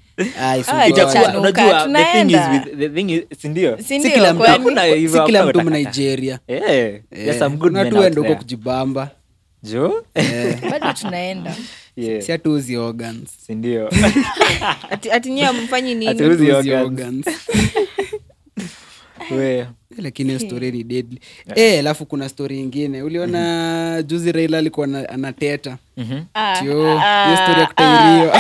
S4: Ah,
S6: sungura.
S4: Chacha.
S3: Itakuwa-
S4: Chanuka,
S3: unajua the thing is
S4: tunaenda.
S3: with- the thing is- si ndio?
S4: Si
S6: si
S4: ndio,
S6: kila mtu
S4: kwani?
S6: hakuna hivyo,
S3: Si kila
S6: hakuna
S3: mtu
S6: kutaka.
S3: Mnigeria. Eh,
S6: Eh,
S3: there's some good
S6: kuna
S3: men
S6: tu
S3: out
S6: enda huko
S3: there.
S6: kujibamba
S3: Jo?
S4: bado tunaenda
S3: Yeah,
S6: si hatuuzi organs
S3: si ndio?
S7: Ati- ati nyie hamfanyi nini
S3: Ati- Hatuuzi
S6: Hatuuzi
S3: organs.
S6: organs.
S3: We,
S6: Eh, lakini hiyo story ni deadly eh alafu kuna story ingine uliona juzi raila alikuwa ana- anateta
S7: Ah,
S4: Ah,
S6: tio hiyo story ya kutairio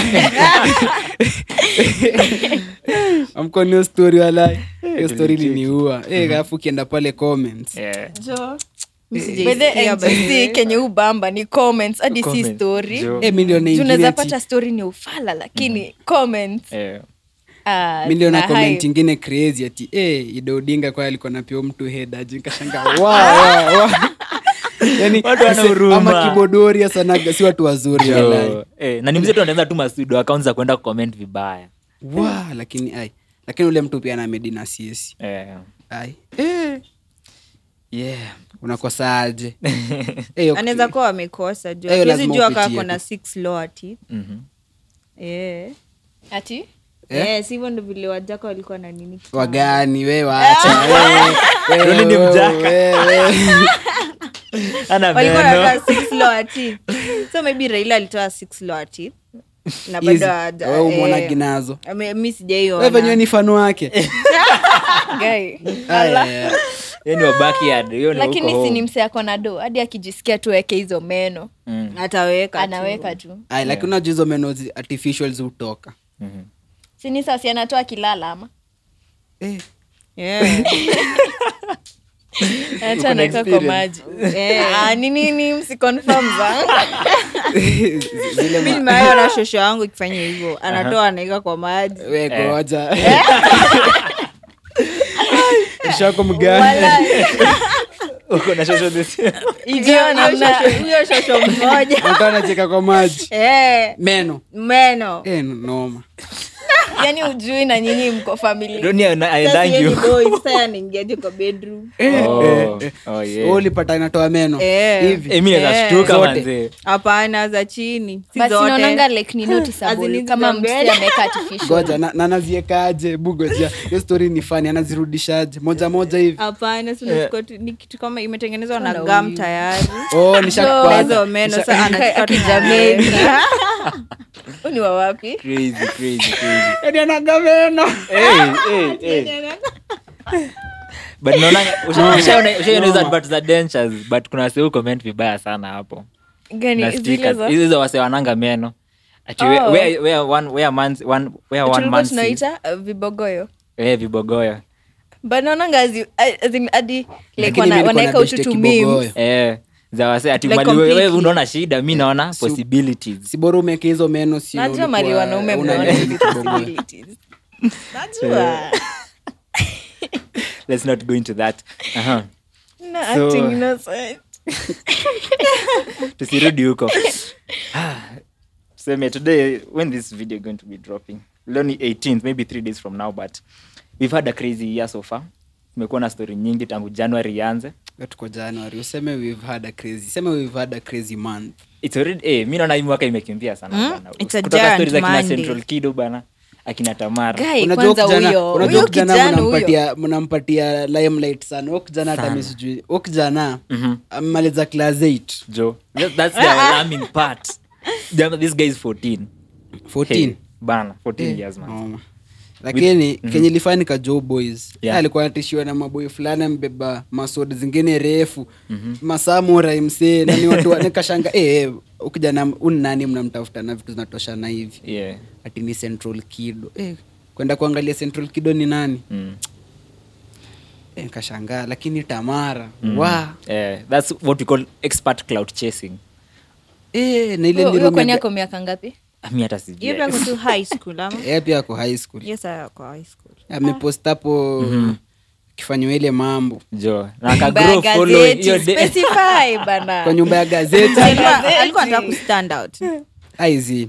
S6: amkoni hiyo story walai
S3: Eh,
S6: hiyo story liniua eh
S3: Mm-hmm.
S6: alafu ukienda pale comments
S3: yeah.
S7: Eh,
S4: By the NGC kenye ubamba ni comments hadi si
S3: Comments.
S4: story
S3: Jo.
S6: eh milioni
S4: Juu
S6: ingine
S4: unaweza
S6: ati-
S4: pata story ni ufala lakini comments
S3: Eh,
S4: ah,
S6: mi niliona
S4: na
S6: comment
S4: hype.
S6: ingine crazy ati eh idodinga kwa alikuwa napia mtu hedaji nkashanga wow, wow, wow. yani
S3: Watu wana
S6: mse-
S3: huruma.
S6: Yaani, ama kibodoria sanaga si watu wazuri walai.
S3: Jo. Eh, na ni mzee tu anaanza tu masudo akaunti za kwenda kucomment vibaya
S6: Wa, lakini ai lakini ule mtu pia namedina siesi
S3: Eh,
S6: ai eh,
S3: yeah.
S6: unakosaje Eh, ok-
S7: anaweza kuwa wamekosa
S6: Eh,
S7: juuwezi
S6: lazima
S7: jua
S6: upitie
S7: kaa kona
S6: tu.
S7: six law ati
S3: Mhm.
S7: Eh.
S4: ati
S6: Eh?
S7: Eh, si hivyo ndo vile wajaka walikuwa na nini
S6: wagani we wacha wewe, wewe,
S3: Roni ni
S6: wewe,
S3: mjaka.
S6: wewe.
S3: Ana
S7: walikuwa
S3: meno.
S7: wanataka six law ati so maybe raila alitoa six law ati na
S6: Easy.
S7: bado haja-
S6: Wewe umwona
S7: eh,
S6: ginazo
S7: ame- mi
S6: Wewe venyewe
S7: sijaiona
S6: ni fano wake
S4: guy
S6: Aya.
S3: Yeye ni wa backyard, yeye ni wa
S4: lakini
S3: huko
S4: si ni
S3: home.
S4: mse ako na do hadi akijisikia tu weke hizo meno
S3: Mm.
S7: ataweka tu.
S4: anaweka tu
S6: Ai, lakini unajua hizo meno zi- artificial hutoka
S3: mhm.
S4: sini sasi anatoa kilala ama
S6: eh.
S7: Yeah.
S4: anatoa anaweka kwa maji Ah, ni nini msiconfirm za
S6: zile
S7: mi
S6: ma-
S7: nimeona shosho yangu ikifanya hivyo anatoa anaweka kwa maji
S6: we
S3: Eh.
S6: goja shako mgani
S3: Uko na shosho this year.
S7: Hiyo- hiyo shosho- huyo shosho mmoja
S6: mtu anacheka kwa maji
S7: Eh,
S6: meno
S7: meno
S6: Eh, noma
S4: yani ujui na nyinyi mko famili
S3: Dunia ina- haendangi huko.
S5: kwa bedroom
S6: Eh,
S3: Oh, oh, yeah.
S6: ulipata inatoa meno
S5: Eh.
S6: hivi
S3: Eh, mi naweza
S5: Eh.
S3: shtuka
S6: Zote.
S3: manze.
S5: hapana za chini si
S4: basi
S5: zote.
S4: naonanga like ni
S5: As in
S4: noticeable
S5: hizi
S4: kama
S5: za
S4: msi
S5: mbele.
S4: ameweka artificial
S6: goja na- na anaziekaje bugojia hiyo stori ni fani anazirudishaje moja moja hivi
S5: hapana si unachukua tu- ni kitu kama imetengenezwa na gam tayari
S6: oh, nishakupata.
S5: hizo meno sa anachukua tu za meno.
S4: Huu ni wa wapi
S3: Crazy, crazy, crazy.
S6: Yaani anaga meno
S3: Eh, eh, eh. But naonanga- usha- ushaona- ushaona hizo advert za dentures, but kuna wasee comment vibaya sana hapo Na
S4: gani
S3: stickers.
S4: zile za
S3: Hizo za wasee wananga meno Ati we-
S4: Oh.
S3: where- where one- where man's- one- where one
S4: tulikuwa
S3: man sees.
S4: tunaita uh, vibogoyo
S3: Eh, vibogoyo
S4: but naonanga as you- as in hadi like
S6: Lakini
S4: wana-
S6: mimi niko na
S4: wanaweka
S6: beshte
S4: ututu
S6: kibogoyo.
S4: memes.
S3: Eh, za wasee ati
S5: Like
S3: mali wewe- wewe
S5: completely.
S3: unaona shida mi naona possibilities
S6: si bora umeke hizo meno sio
S4: najua mali
S6: ulikuwa-
S4: wanaume
S6: una
S4: mnaona
S6: nini
S4: hizi
S6: kidogo.
S4: possibilities. najua
S3: let's not go into that Uh-huh. Aha.
S4: No,
S3: So-
S4: acting innocent.
S3: tusirudi huko Ah, tuseme today when this video going to be dropping leo ni 18th maybe three days from now but we've had a crazy year so far tumekuwa na story nyingi tangu january ianze
S6: Leo tuko januari useme we've had a crazy sema we've had a crazy month
S3: its already eh, mi naona hii mwaka imekimbia sana
S5: Mm,
S3: bana.
S5: it's a
S3: Kutoka stories
S5: giant
S3: akina
S5: Monday.
S3: central kido bana akina tamara
S4: Guy,
S6: Unajua
S4: kwanza
S6: kijana-
S4: huyo-
S6: unajua
S4: huyo
S6: kijana
S4: kijana huyo.
S6: mnampatia- mnampatia limelight sana Huyo kijana hata mimi sijui Huyo kijana
S3: Mhm.
S6: amemaliza class 8
S3: jo That- that's the alarming part Jama- this guy is 14
S6: 14
S3: Hey, bana 14 years man
S6: Noma. Oh lakini kenye ilifanya nikajo boys
S3: Yeah.
S6: alikuwa anatishiwa na maboi fulani ambeba masod zingine refu
S3: Mhm.
S6: masamurai msee nani watu wa- nikashanga eh, eh, ukijana uni nani mnamtafuta na vitu zinatoshana hivi
S3: yeah
S6: ati ni central kido eh, kwenda kuangalia central kido ni nani
S3: mm.
S6: eh, nikashangaa lakini tamara wa
S3: eh, that's what we call expert cloud chasing
S6: eh, na ile
S4: Huyo- huyo kwani
S6: nilirumega-
S4: ako miaka ngapi
S3: Ah, mi hata
S5: Hiyo
S3: sijui
S5: pia kutu high school ama
S6: Eh, pia ako high school
S5: yes ah, kwa high school
S6: amepost hapo
S3: Mm-hmm.
S6: akifanywa ile mambo
S3: jo na ka
S4: Baya
S3: grow following hiyo
S4: gazeti,
S3: day
S4: specify
S6: kwa
S4: bana
S6: nyumba ya gazeti
S5: Alikuwa- alikuwa anataka kustand out
S6: aizi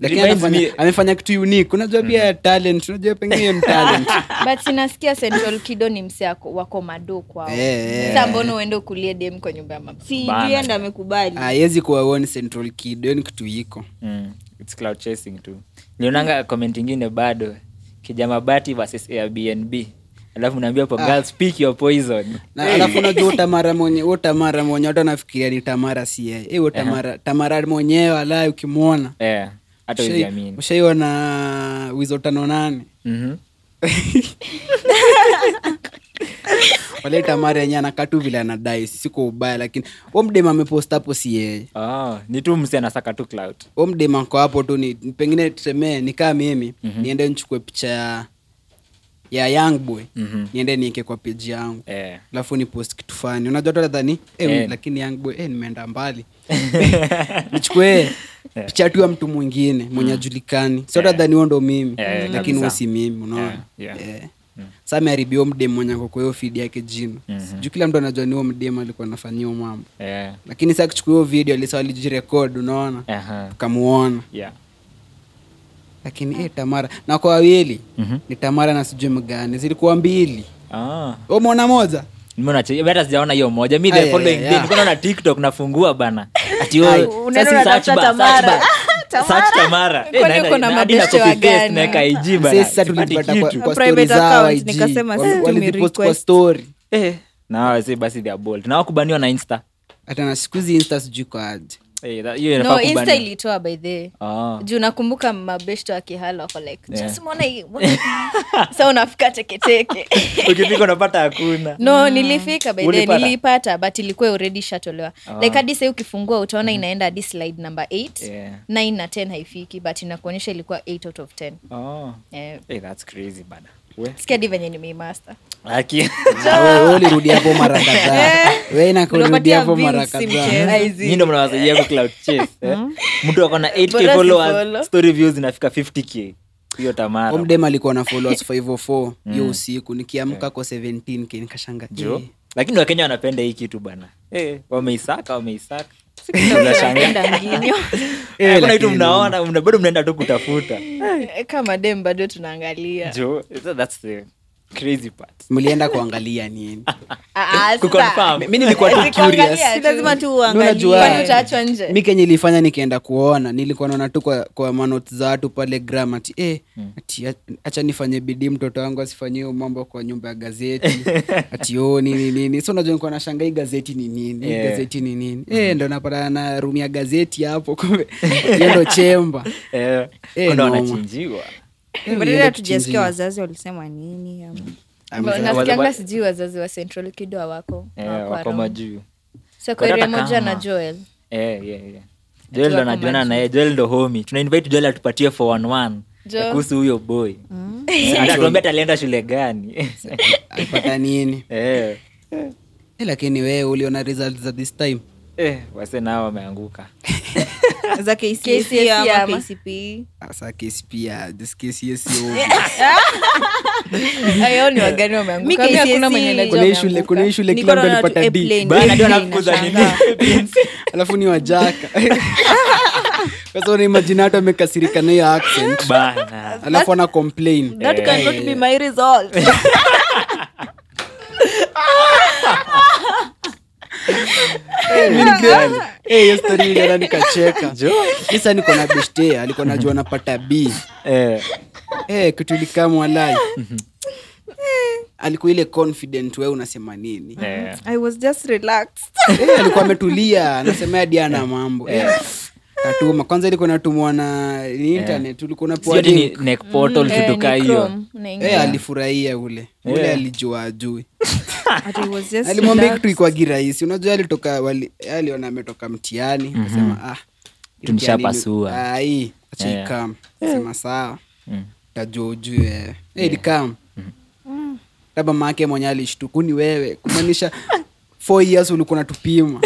S6: lakini
S3: Reminds me-
S6: anafanya-
S3: Mm-hmm.
S6: amefanya kitu unique unajua pia talent unajua pengine ni talent Ah,
S4: but sinasikia central kido ni mse ako- wako mado kwao
S6: Eh,
S4: sa mbono uende ukulie dem kwa nyumba ya mama
S5: si
S3: Bana.
S5: ndiye ndo amekubali
S6: haiwezi kuwa one central kid hiyo ni kitu iko
S3: mm, it's cloud chasing tu nilionanga comment ingine bado kijamabati versus airbnb alafu naambia po girl speak your poison
S6: na alafu unajua huyo tamara mwenye huyo tamara mwenye watu wanafikiria ni tamara si yeye Eh, huyo tamara tamara mwenyewe alai ukimwona
S3: eh hata
S6: ushai-
S3: uziamini
S6: ushaiona wizo tano nane
S3: Mhm.
S6: wale tamara yenye anakaa tu vile anadai siko ubaya lakini huyo mdema amepost hapo si yeye
S3: Oh, ni tu msi anasaka tu cloud
S6: huyo mdema ako hapo tu ni pengine tusemee ni kaa mimi niende nichukue picha ya ya young boy niende nieke kwa peji yangu
S3: eh.
S6: alafu ni post kitu fani unajua tadhani eh,
S3: Eh.
S6: lakini young boy eh, nimeenda mbali nichukue
S3: Eh.
S6: picha tu ya mtu mwingine mwenye ajulikani sio tadhani huo ndo mimi
S3: Mm. Eh,
S6: lakini
S3: kabisa.
S6: huo si mimi unaona
S3: Yeah, Mm. yeah.
S6: Eh. Sasa ameharibia mdem mwenye ako kwa hiyo feed yake jino
S3: Mhm.
S6: sijuu kila mtu anajua ni huo mdem alikuwa anafanyia huo mambo
S3: Eh.
S6: lakini saa akichukua hiyo video alisa alijirekod unaona
S3: Aha.
S6: tukamuona
S3: uh-huh. Yeah.
S6: lakini eh, tamara na kwa wawili
S3: Mhm.
S6: ni tamara na sijui mgani zilikuwa mbili
S3: Ah.
S6: umwona moja
S3: Nimeona che- hata sijaona hiyo moja mi the
S6: Aya,
S3: following
S6: aya,
S3: day
S6: aya.
S3: nilikuwa naona tiktok nafungua bana ati yo,
S6: Ai.
S5: Unaenda
S3: sasa
S5: unatafuta
S3: search bar,
S5: Tamara.
S3: search bar. Search Tamara. Eh,
S4: Kwani
S3: naenda-
S4: uko na
S3: na- hadi na
S4: mabeste
S3: copy
S4: wa
S3: paste
S4: Ghana?
S3: naweka IG bana.
S6: Sisi sasa
S3: Sipati
S6: tulipata
S3: kitu.
S6: kwa, kwa
S5: Private
S6: story zao
S5: account,
S6: IG.
S5: nikasema,
S6: Wali-
S5: si tu
S6: walizipost kwa
S5: nirequest.
S6: story
S3: na wase basi they are bold na wakubaniwa na insta
S6: hata na siku hizi insta sijui kwa aje
S3: Eh, that- hiyo inafaa
S4: no insta
S3: kubaniwa.
S4: ilitoa by the
S3: Ah.
S4: juu nakumbuka mabeshto akihala wako like
S3: Yeah.
S4: yeah. mwona hii mwona hii." sa unafika teketeke
S3: ukifika unapata hakuna
S4: no nilifika by the
S3: Ulipata?
S4: nilipata but ilikuwa already shatolewa like hadi sahii ukifungua utaona inaenda hadi slide number 8
S3: Yeah.
S4: 9 na 10 haifiki but inakuonyesha ilikuwa 8 out of 10
S3: oh.
S4: eh,
S3: hey, that's crazy bana We.
S4: sikia di venye nimeimaster
S3: Aki-
S6: ulirudi hapo mara kadhaa we nakurudi
S5: Eh, Unapatia
S6: hapo
S5: views
S6: mara
S5: si
S3: Ah,
S6: kadhaa
S5: mchezo.
S3: Nyinyi ndo mnawasaidia ku cloud chase, eh?
S4: Mm-hmm.
S3: mtu akona 8k
S4: Bora
S3: followers
S4: sifollow.
S3: story views inafika 50k hiyo tamara
S6: oh Mm. Eh. omdem alikuwa na followers 504 hiyo usiku nikiamka kwa 17k nikashanga
S3: Jo.
S6: eh,
S3: lakini wakenya wanapenda hii kitu bana Eh, wameisaka wameisaka Mnashangaa.
S5: Enda nginyo.
S3: Eh, kuna kitu
S6: lakini-
S3: mnaona mna- bado mnaenda tu kutafuta
S5: Eh, kama dem bado tunaangalia
S3: jo so that's the crazy part Eh,
S6: mlienda kuangalia nini
S5: Ah, ah, sasa.
S3: Kuconfirm.
S6: mi nilikuwa tu
S5: Zikuangalia
S6: curious
S5: tu.
S7: lazima tu uangalie.
S6: Unajua-
S5: Kwani utaachwa nje
S6: mi kenye ilifanya nikaenda kuona nilikuwa naona tu kwa, kwa manot za watu pale gram ati eh,
S3: Hmm.
S6: ati a- acha nifanye bidii mtoto wangu asifanyie huyu mambo kwa nyumba ya gazeti ati o nini nini so unajua nikuwa nashanga hii gazeti ni nini hii
S3: Yeah. Hmm.
S6: gazeti ni nini eh, ndo napatana na rumu ya gazeti hapo kumbe hiyo ndo chemba
S3: eh,
S6: Eh,
S3: kuna
S6: noma.
S3: wanachinjiwa
S6: Eh,
S5: Badala
S6: ulienda
S5: hatujasikia
S6: kuchinjia.
S5: wazazi walisema nini ama-
S6: Ama-
S4: Ba- nasikianga
S3: Wazazi-
S4: sijui wazazi wa central kido awako
S3: Eh,
S4: hawako
S3: wako
S4: around.
S3: majuu
S4: So kwa area
S3: Watata
S4: moja
S3: kama.
S4: na joel
S3: Eh, yeah, yeah. joel ndo
S4: wako
S3: anajuana
S4: majuu.
S3: naye joel ndo homi tuna invite joel atupatie for one one
S4: Jo.
S3: ya kuhusu huyo boy Eh, atatuambia atalienda shule gani
S6: alipata nini
S3: eh,
S6: eh, lakini wewe uliona results za this time
S3: eh, wase nao wameanguka
S5: za
S4: KCSE
S5: KCSE E ama
S4: ama-
S5: KCPE?
S6: Ah, sasa kesi pia this kesi yes, yo.
S5: Ayo, ni wagani wameanguka.
S4: Mi
S5: Kama
S4: KCSE
S5: hakuna mwenye anajua
S6: Kuna hii shule-
S5: wameanguka.
S6: kuna hii shule
S5: Niko
S6: kila mtu
S5: naona watu
S6: alipata D.
S5: airplane,
S6: Bana,
S5: airplane
S3: ndio anafukuza
S5: inashangaa.
S6: alafu ni wajaka sasa unaimajina hata amekasirika na hiyo accent
S3: bana
S6: alafu ana complain
S5: That cannot be my result.
S6: Eh, mi nikiwa- eh, hiyo story iliona nikacheka isa niko na beshte alikuwa najua napata b
S3: eh,
S6: eh, kitu ilikaa mwalai alikuwa ile confident we unasema nini
S3: eh.
S5: I was just relaxed.
S6: Eh, alikuwa ametulia anasema hadi ana mambo Eh, natuma kwanza ilikuwa natumwa na ni internet ulikuwa
S3: Sio
S6: unapewa
S3: ati ni
S6: link.
S3: neck portal kitu kaa hiyo
S4: Chrome na
S6: Mm, Eh,
S4: ingine.
S6: alifurahia ule ule
S3: Yeah.
S6: alijua ajui
S5: But I was just
S6: alimwambia
S5: relaxed.
S6: kitu ikwagi rahisi unajua alitoka wali- aliona ametoka mtihani
S3: Mhm.
S6: akasema ah
S3: Tunishapasua.
S6: ai
S3: Yeah. Mm.
S6: achaikam sema sawa tajua ujui wewe Eh, ilikam labda maake mwenye alishtukuni wewe kumaanisha four years ulikuwa natupima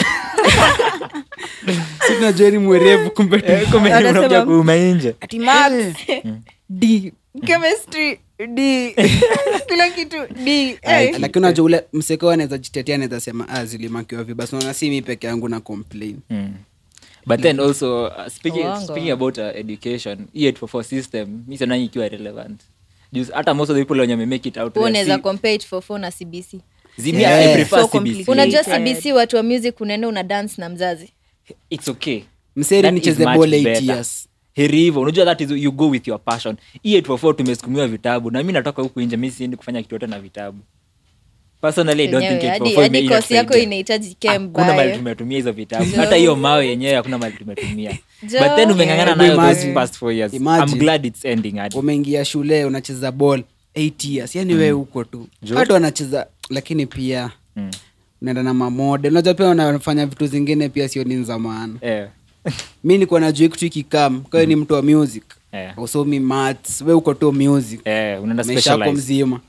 S6: sinajua ni mwerevu Eh, kumbe tu-
S3: kumekuja kuuma nje
S5: Ati maths,
S3: "Eh." Mm.
S5: D. Chemistry, D. Kila kitu, D. Eh.
S6: Ai, lakini unajua ule mseko anaweza jitetea anaweza sema ah, zilimakiwa vibasi naona si mi peke yangu na complain
S3: Mm. but then also uh, speaking,
S4: Uongo.
S3: speaking about uh, education hii 844 system mi sanani ikiwa relevant Jus- hata most of the people wenye wamemake it out
S4: Wewe
S3: there,
S4: unaweza
S3: si-
S4: compare it for four na cbc
S3: zi- me,
S6: Yeah.
S3: I prefer
S5: So
S3: CBC.
S5: complicated.
S4: unajua
S5: Tired.
S4: cbc watu wa music unaenda una dance na mzazi
S3: it's okay
S6: Mseri
S3: That
S6: nicheze
S3: is much
S6: ball eight
S3: better.
S6: years.
S3: heri hivyo unajua that is you go with your passion hii 844 tumesukumiwa vitabu na mi natoka huku nje mi siendi kufanya kitu yote na vitabu personally i don't
S4: Wenyewe,
S3: think 844
S4: hadi- hadi
S3: ime-
S4: kosi yako
S3: inatusaidia.
S4: inahitaji
S3: hakuna mali
S4: kembayo
S3: tumetumia hizo vitabu hata hiyo mawe yenyewe hakuna mali tumetumia
S4: Jo.
S3: but then umeng'ang'ana
S6: Hebu
S3: nayo those
S6: imagine.
S3: past four years
S6: Imagine.
S3: i'm glad it's ending hadi
S6: umeingia shule unacheza ball eight years yani wewe
S3: Mm.
S6: huko tu watu wanacheza lakini pia mm. unaenda na mamode unajua pia wanafanya vitu zingine pia sio ni za maana
S3: eh. Mm.
S6: mi nikuwa najua kitu ikikam kawe ni mtu wa music
S3: Yeah.
S6: usomi maths we uko tu music
S3: Eh, unaenda Mm-hmm.
S6: maisha yako
S3: specialize.
S6: mzima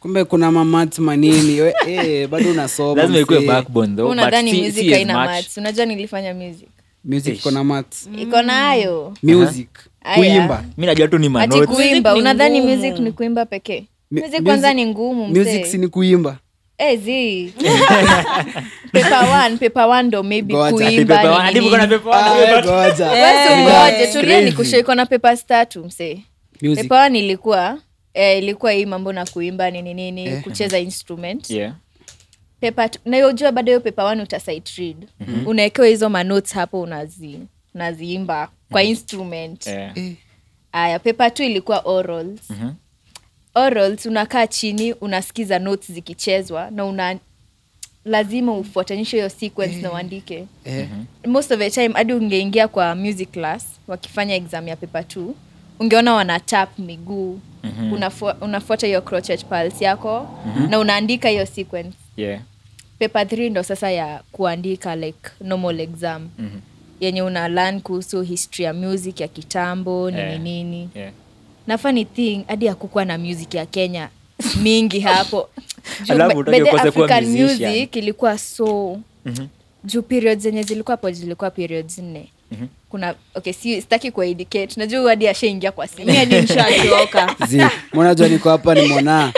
S6: kumbe kuna mamats manini we, eh, bado unasoma
S3: lazima ikuwe
S6: msee.
S3: backbone though but
S4: unadhani
S3: si-
S4: music
S3: si as
S4: haina
S3: much.
S4: maths unajua nilifanya music
S6: music iko na maths
S5: Mm.
S4: iko nayo
S6: music
S4: Aya.
S6: kuimba
S3: mi najua tu ni ma
S4: ati
S3: notes.
S4: kuimba unadhani music ni kuimba pekee
S6: Mi-
S4: music kwanza
S6: music-
S4: ni ngumu
S6: music si
S4: mzee
S6: ni kuimba
S4: Eh, zi. Paper one, paper one ndo maybe
S6: Ngoja, ati
S4: kuimba
S3: Paper
S4: ni
S3: one, hadi
S4: nini.
S3: mko na paper one.
S6: Ah, we goja.
S4: Wewe
S5: Eh,
S4: usingoje, tulia
S6: crazy.
S4: nikushe, iko na pepa tatu msee
S6: Music.
S4: pepa one ilikuwa eh, ilikuwa hii mambo na kuimba nini nini
S6: Eh.
S4: kucheza instrument
S3: Yeah.
S4: Paper two- na unajua baada hiyo pepa one uta sight read
S3: Mm-hmm.
S4: unawekewa hizo manotes hapo unazi unaziimba kwa instrument
S3: Mm-hmm. Eh.
S4: Aya, paper two ilikuwa orals.
S3: Mm-hmm.
S4: Orals unakaa chini, unasikiza notes zikichezwa na una lazima ufuatanishe hiyo sequence na uandike.
S6: eh.
S4: Most of the time hadi ungeingia kwa music class wakifanya exam ya paper two, ungeona wana tap miguu. Unafua, unafuata hiyo crochet pulse yako na unaandika hiyo sequence.
S3: Yeah.
S4: Paper 3 ndo sasa ya kuandika like normal exam. Yenye una learn kuhusu history ya music ya kitambo, nini
S3: Eh.
S4: nini
S3: Yeah.
S4: na funny thing hadi hakukuwa na music ya kenya mingi hapo Juu
S3: Alafu
S4: ba-
S3: utaki
S4: by the
S3: ukose kuwa
S4: African
S3: musician. Mm-hmm.
S4: music ilikuwa so juu periods zenye zilikuwa hapo zilikuwa periods nne
S3: Mhm.
S4: kuna okay si sitaki kuaindicate najua huyu hadi ashaingia kwa simu
S5: hadi nishachoka
S6: Zi, mwanajua niko hapa nimeona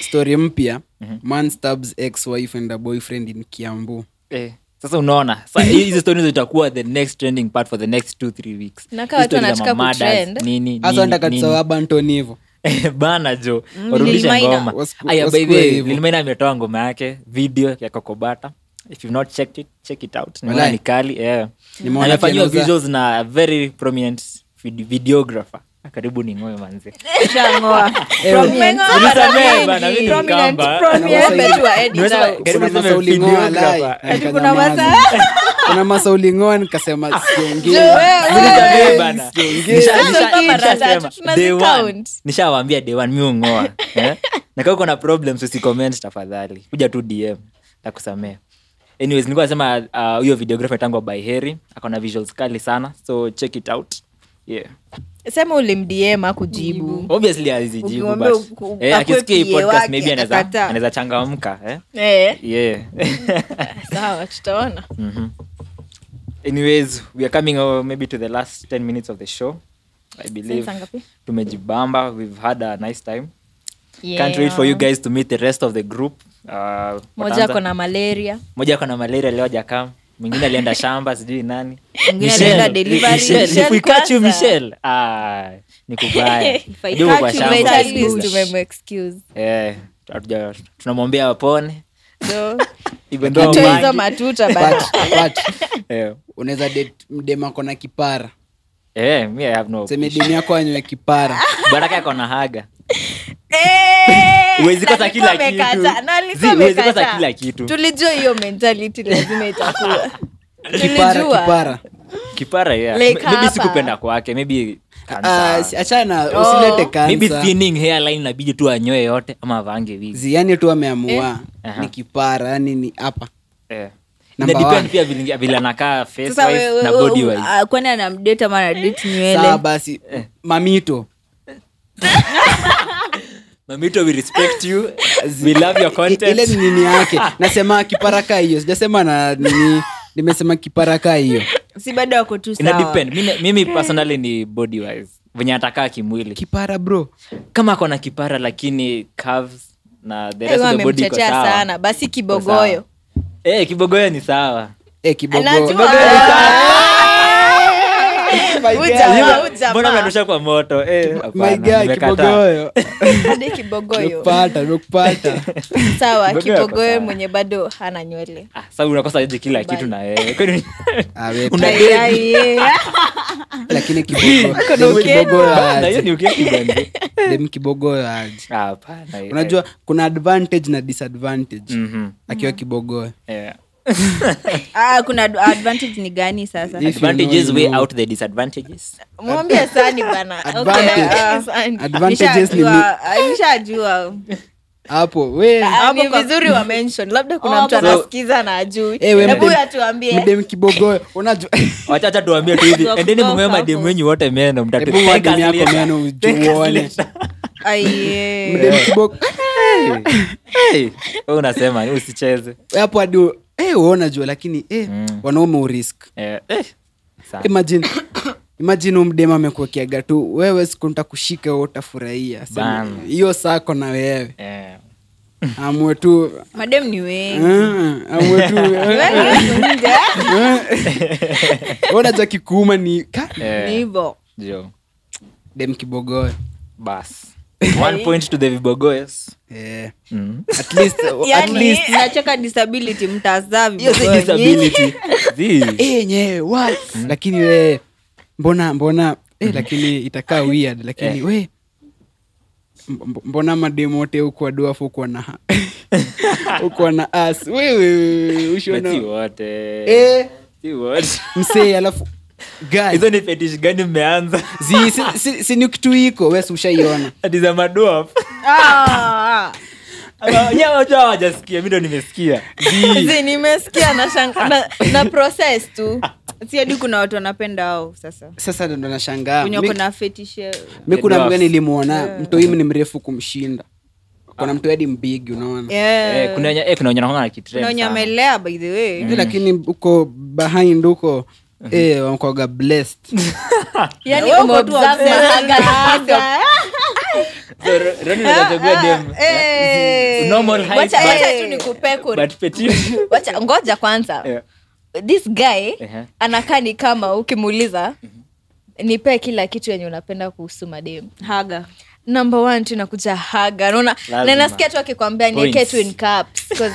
S6: story mpya man stabs ex wife and a boyfriend in kiambu
S3: eh, sasa unaona sa- hizi stori hizo itakuwa the next trending part for the next two three weeks
S4: Na
S3: Hizi
S4: kama watu
S3: stories za
S4: wanataka
S3: ma- murders,
S4: kutrend.
S3: nini,
S6: hasa
S3: nini, nini.
S6: ndakatisawabantoni hivo
S3: bana jo warudishe
S5: Lil Maina.
S3: ngoma
S6: Wasiku-
S3: aya by the
S6: wasikue
S3: way,
S6: hivyo.
S3: Lil Maina ametoa ngoma yake video ya kokobata if you've not checked it check it out nimeona
S6: Walai.
S3: ni kali yeah.
S6: Nimeona
S3: amefanyiwa
S6: akieleza-
S3: visuals na a very prominent vid- videographer karibu ni ngoe manzi
S5: Shangoa.
S3: Unisamehe Eh, bana, mimi ni mkamba. Niweza-
S6: Kuna
S3: karibu niseme
S6: masauli ng'oa, lai.
S3: videographer.
S6: Nikanyamaza. Kuna masaulingoa
S3: Ah.
S6: nikasema siongei.
S3: Unisamehe bana.
S6: siongei.
S3: Nisha-
S4: Sasa
S3: nisha-
S4: kama
S3: nishasema,
S4: rada, tunazicount.
S3: day one. nishawaambia day one, mi hungoa. Eh? na kama uko na problems usicomment tafadhali kuja tu dm takusamea anyways nilikuwa nasema uh, huyo videographer tangu by heri akona visuals kali sana so check it out yeah
S4: sema ulimdm akujibu
S3: obviously hazijibu
S5: Ukimwambia
S3: but
S5: uku-
S3: eh, akisikia hii
S5: akue PA
S3: podcast
S5: wake,
S3: maybe anaweza-
S5: atakataa.
S3: anaweza changamka eh?
S4: eh,
S3: yeah
S4: sawa tutaona
S3: Mm-hmm. anyways we are coming uh, maybe to the last 10 minutes of the show i believe
S4: Sensa ngapi?
S3: tumejibamba we've had a nice time can't wait
S4: Yeah.
S3: for you guys to meet the rest of the group uh,
S4: moja
S3: wataanza-
S4: ako na malaria
S3: moja ako na malaria leo jakam mwingine alienda shamba sijui nani
S5: Mwingine
S3: Michelle,
S5: alienda delivery.
S3: Michelle, if
S5: Michelle
S3: we catch you,
S5: kwanza.
S3: Michelle. Ah, ni kubaya
S5: I
S3: Ndio uko kwa
S5: catch you,
S3: shamba.
S5: Michelle,
S4: But at
S5: Sababu-
S4: least tumemexcuse.
S3: Eh, hatuja- tunamwombea apone
S4: So,
S3: even though
S4: tutoe hizo
S3: mind-
S4: matuta
S6: But-
S4: bana.
S6: but,
S3: Eh,
S6: unaweza date mdema kona kipara
S3: eh, me, I have no
S6: seme demu yako anywe kipara
S3: baraka yako na haga
S4: Eh,
S3: Huwezi kosa
S4: na
S3: kila
S4: alikuwa
S3: kitu.
S4: amekataa, na alikuwa
S3: Zi, huwezi kosa
S4: amekataa.
S3: kila kitu.
S4: tulijua hiyo mentality lazima itakuwa
S6: kipara
S4: tulijua
S6: kipara
S3: kipara yeah.
S4: Like
S3: M- maybe
S4: hapa.
S3: sikupenda kwake maybe
S6: Ah,
S3: kansa.
S6: si- achana usilete
S3: maybe
S6: kansa
S3: thinning hairline inabidi tu anyoe yote ama avange wizi
S6: ziani tu ameamua
S3: Aha.
S6: ni kipara yani ni hapa
S3: eh.
S6: Number
S3: Ina depend
S6: one.
S3: pia vili- vile anakaa face
S5: Sasa
S3: wise
S5: wewe-
S3: na
S5: wewe-
S3: body wise
S5: ah, kwani anamdate ama anadate
S6: saa
S5: nywele
S6: basi
S3: Eh.
S6: mamito
S3: mamito we respect you we love your
S6: I- ile ni
S3: content
S6: nini yake nasema kipara kaa hiyo sijasema na nini nimesema kipara kaa hiyo
S5: si bado wako tu
S3: ina
S5: sawa.
S3: depend mimi, mimi personally ni body wise venye atakaa kimwili
S6: kipara bro
S3: kama ako na kipara lakini curves na the rest
S4: Huyo
S3: of the body iko
S4: amemtetea
S3: sawa.
S4: sana basi
S3: Iko
S4: kibogoyo
S3: sawa. eh kibogoyo ni sawa
S6: e kibogo
S4: Anajua. Huyu jamaa, huyu jamaa.
S3: mbona mnarusha kwa moto eh, hapana,
S6: my guy
S3: nimekataa.
S6: kibogoyo
S4: hadi kibogoyo
S6: nakupata nakupata
S3: Kibogoyo
S4: sawa
S3: ako
S4: kibogoyo
S3: sawa.
S4: mwenye bado hana nywele
S3: Ah, sasa unakosa aje kila kitu na wewe Kwani-
S6: Ah, we-
S3: Una-
S6: Ai, lakini kibogo- dem kibogoyo
S3: Ah, Na hiyo
S6: aje
S3: ni ukeki bwana.
S6: dem kibogoyo aje
S3: Ah, hapana, eh.
S6: unajua kuna advantage na disadvantage
S3: Mhm,
S6: akiwa kibogoyo
S3: eh.
S5: Ah, kuna ad- advantage ni gani sasa
S6: If you
S3: advantages
S6: know, you
S3: weigh
S6: know.
S3: out the disadvantages
S4: mwambie sani bana Okay,
S6: Advantage.
S4: ah, Sani.
S6: Advantages ni mi-
S5: Nishajua- ah, nishajua
S6: hapo we eh,
S4: Ah, ni
S5: Hapo kwa-
S4: vizuri wa mention labda
S5: Oh,
S4: kuna mtu
S5: hapo kwa-
S4: anasikiza na ajui
S6: Eh, we
S4: hebu
S6: mdem-
S4: atuambie
S6: mdem kibogoyo unajua
S3: wachacha tuambie tu hivi
S5: Tuwa
S3: endeni
S5: kutoka
S3: mumeo mademu
S5: huko.
S3: wenyu wote meno mtatu-
S6: Hebu
S3: Take us
S6: mademu yako
S3: later.
S6: meno
S3: Take us
S6: ujuone.
S3: later.
S5: Aye.
S6: mdem kibogo
S3: Hey, wewe unasema usicheze
S6: hapo hadi eh, wewe unajua lakini eh,
S3: Mm.
S6: wanaume urisk
S3: Eh, eh, sana.
S6: imagine imagine huyu mdema amekuwekeaga tu wewe siku nitakushika wewe utafurahia Sema,
S3: Bana.
S6: hiyo sako na wewe
S3: Eh,
S6: amue tu
S5: madem ni wengi
S6: ah, amue tu eh, eh. unajua kikuuma ni ka
S3: eh,
S5: Ni hivo
S3: jo.
S6: dem kibogoe
S3: Bas. One point to the vibogoes
S6: Eh,
S3: Mm.
S6: at least- at least-
S5: Yaani, nacheka disability mtazaa
S3: Hiyo si
S5: vibogoyo.
S3: disability. Zi.
S6: eh, nye, what? lakini we mbona mbona eh, lakini itakaa weird lakini we mb- mb- mbona mademu wote huku wadoafu huku wana huku wana as wewe
S3: But si
S6: ushona
S3: wote.
S6: eh,
S3: Si wote.
S6: msee alafu guy
S3: hizo ni fetish gani mmeanza
S6: zi si- si- si ni kitu iko wesi ushaiona
S3: ati za madoaf
S5: Ah,
S3: nyewaja hawajasikia mi ndo nimesikia
S4: Zi, nimesikia na shanga na, na process tu
S5: si hadi kuna watu wanapenda au sasa
S6: sasa ndo nashangaa
S5: wenye
S6: Mi-
S5: wako na fetishe
S6: mi kuna
S3: Dogs.
S6: mga nilimwona mtoimi ni mrefu kumshinda kuna mtu hadi mbigi unaona
S5: Yeah.
S3: Eh, kuna
S6: ah.
S3: wenye- eh, kuna wenye wanakuanga na kitrend
S5: kuna wenye
S3: sana.
S5: wamelea by the way
S6: Hivi lakini huko behind huko
S3: Mhm.
S6: eh, wamkwaga blessed
S7: Yaani
S4: yani
S5: Wewe uko tu
S4: umeobserve
S5: obsessed.
S4: haga na person.
S3: So, Ro- Ronny utachagua dem
S5: Eh.
S3: normal height,
S4: Ah, Wacha-
S3: but-
S4: wacha tu nikupee kuri-
S3: but petite.
S4: wacha ngoja kwanza
S3: Yeah. Eh.
S4: this guy
S3: Ehe.
S4: anakaa ni kama ukimuuliza
S3: Mm-hmm.
S4: nipee kila kitu yenye unapenda kuhusu mademu
S7: haga
S4: number one tu inakuja haga naona
S3: Lazima.
S4: na nasikia tu akikwambia nieke
S3: Points.
S4: tu in caps 'cause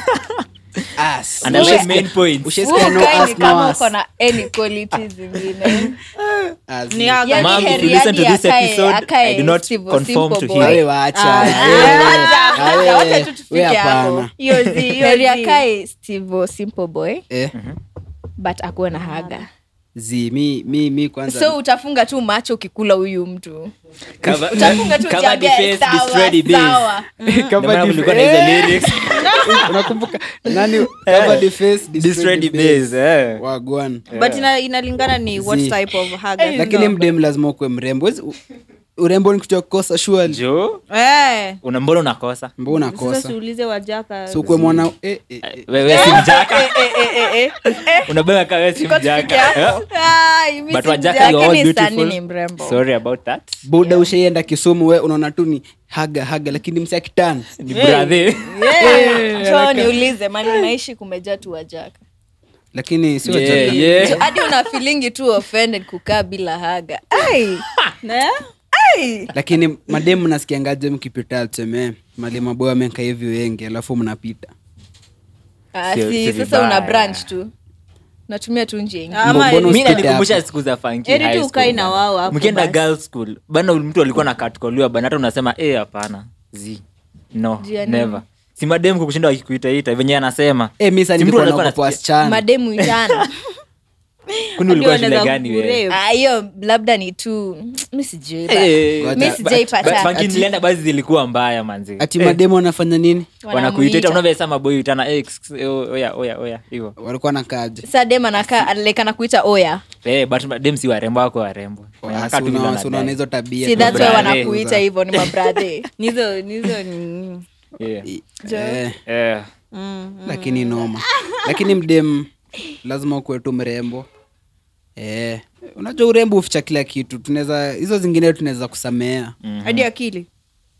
S6: Ass.
S3: Underline
S6: Ushaisikia-
S3: main points.
S6: ushaisikia
S4: huyu
S6: no
S4: guy
S6: ass,
S4: ni
S6: no
S4: kama
S6: ass.
S4: uko na any qualities zingine
S6: Ass.
S7: Yaani
S4: Yani
S3: Mom, if
S4: Yaani heri
S3: you listen to
S4: hadi
S3: this
S4: akae-
S3: episode,
S4: akae
S3: I do not
S4: civil-
S3: conform
S4: simple
S3: to
S4: boy.
S3: him.
S6: Wewe wacha.
S4: Ah,
S3: Eh,
S6: Wewe,
S4: wacha tu
S6: wewe
S4: tufike hapo.
S6: hapana
S4: Hiyo zi- hiyo heri akae stivo oh, simple boy
S6: Eh,
S3: Mhm.
S4: but akuwe na haga
S6: zi mi- mi mi kwanza
S4: so utafunga tu macho ukikula huyu mtu
S3: Cover-
S4: utafunga tu
S3: cover the
S4: ukiambia,
S3: face, destroy
S4: "Sawa,
S3: the base."
S4: sawa.
S3: Ndio maana kulikuwa na hizo lyrics.
S6: Eh, unakumbuka nani cover the face
S3: Eh, Destroy the base, eh.
S6: wagwan
S5: but ina, inalingana ni what
S6: Zii.
S5: type of hugger.
S6: lakini mdem lazima ukuwe mrembo Huwezi- u- urembo ni kitu ya kukosa shwali
S3: Jo,
S5: Eh.
S3: una mbona unakosa
S6: mbao
S7: sasa
S6: unakosa
S7: siulize wajaka
S6: so ukuwe mwana eh, eh, eh.
S3: wewe si mjaka unabeba kama wewe si mjaka Eh?
S4: Ai, mi
S3: But
S4: si
S3: wajaka,
S4: mjaka,
S3: you are all
S4: mi sani
S3: beautiful.
S4: ni mrembo
S3: sorry about that
S6: buda ushaienda kisumu we unaona tu ni haga haga lakini msi akitana
S3: ni brother
S4: Njoo niulize mali naishi kumejaa tu wajaka
S6: lakini sio
S3: Yeah,
S6: jaka.
S3: yeah.
S4: So, hadi una feelingi tu offended kukaa bila haga Ai.
S5: Eh?
S6: lakini mademu nasikiangaje mkipita tuseme mali maboyo amenka hivi wengi alafu mnapita
S4: Ah,
S3: Sio-
S4: si
S3: si
S4: sasa una
S3: vibaya.
S4: branch tu natumia tu njia ingine.
S6: Mbo- mbona
S3: mi
S6: usipite
S3: nanikumbusha
S6: hapo?
S3: siku za funky
S7: Heri tu
S3: high school,
S7: ukae na
S3: bana.
S7: wao hapo
S3: mkienda
S7: basi.
S3: girl school bana mtu alikuwa na katkoliwa bana hata unasema eh hapana z no
S4: Jia nini?
S3: never si mademu kukushinda wakikuitaita venye anasema
S6: eh mi sasa
S3: Si mtu
S6: nilikuwa
S3: alikuwa
S6: naogopa
S3: anasikia.
S6: wasichana
S4: mademu itana
S3: kuni ulikuwa
S7: Ndio
S3: shule
S7: wanaweza
S3: gani wewe
S7: kukurep.
S4: Ah, hiyo labda ni tu mi sijui ba-
S3: Eh,
S6: Ngoja.
S4: mi sijai
S3: but-
S4: pata.
S3: but funky nilienda basi zilikuwa mbaya manzi
S6: ati mademu wanafanya nini
S3: wanakuita
S4: wanamuita.
S3: ita unavyosema maboy utana eh, kss, eh, oya oya oya hivyo
S6: walikuwa nakaje
S4: Sasa dem anakaa anakaa anakuita oya
S3: eh but dem si warembo wako warembo
S6: Ah,
S3: Wanakaa tu vile
S6: unaona
S3: wanadai.
S6: hizo tabia Eh.
S4: si that's why
S3: brother.
S4: wanakuita hivyo ni mabradhe
S7: nizo nizo ni-
S3: Yeah.
S6: Eh,
S3: Eh,
S6: lakini noma lakini mdem lazima ukuwe tu mrembo eh unajua urembo uficha kila kitu tunaweza hizo zingine tunaweza kusamea
S5: hadi akili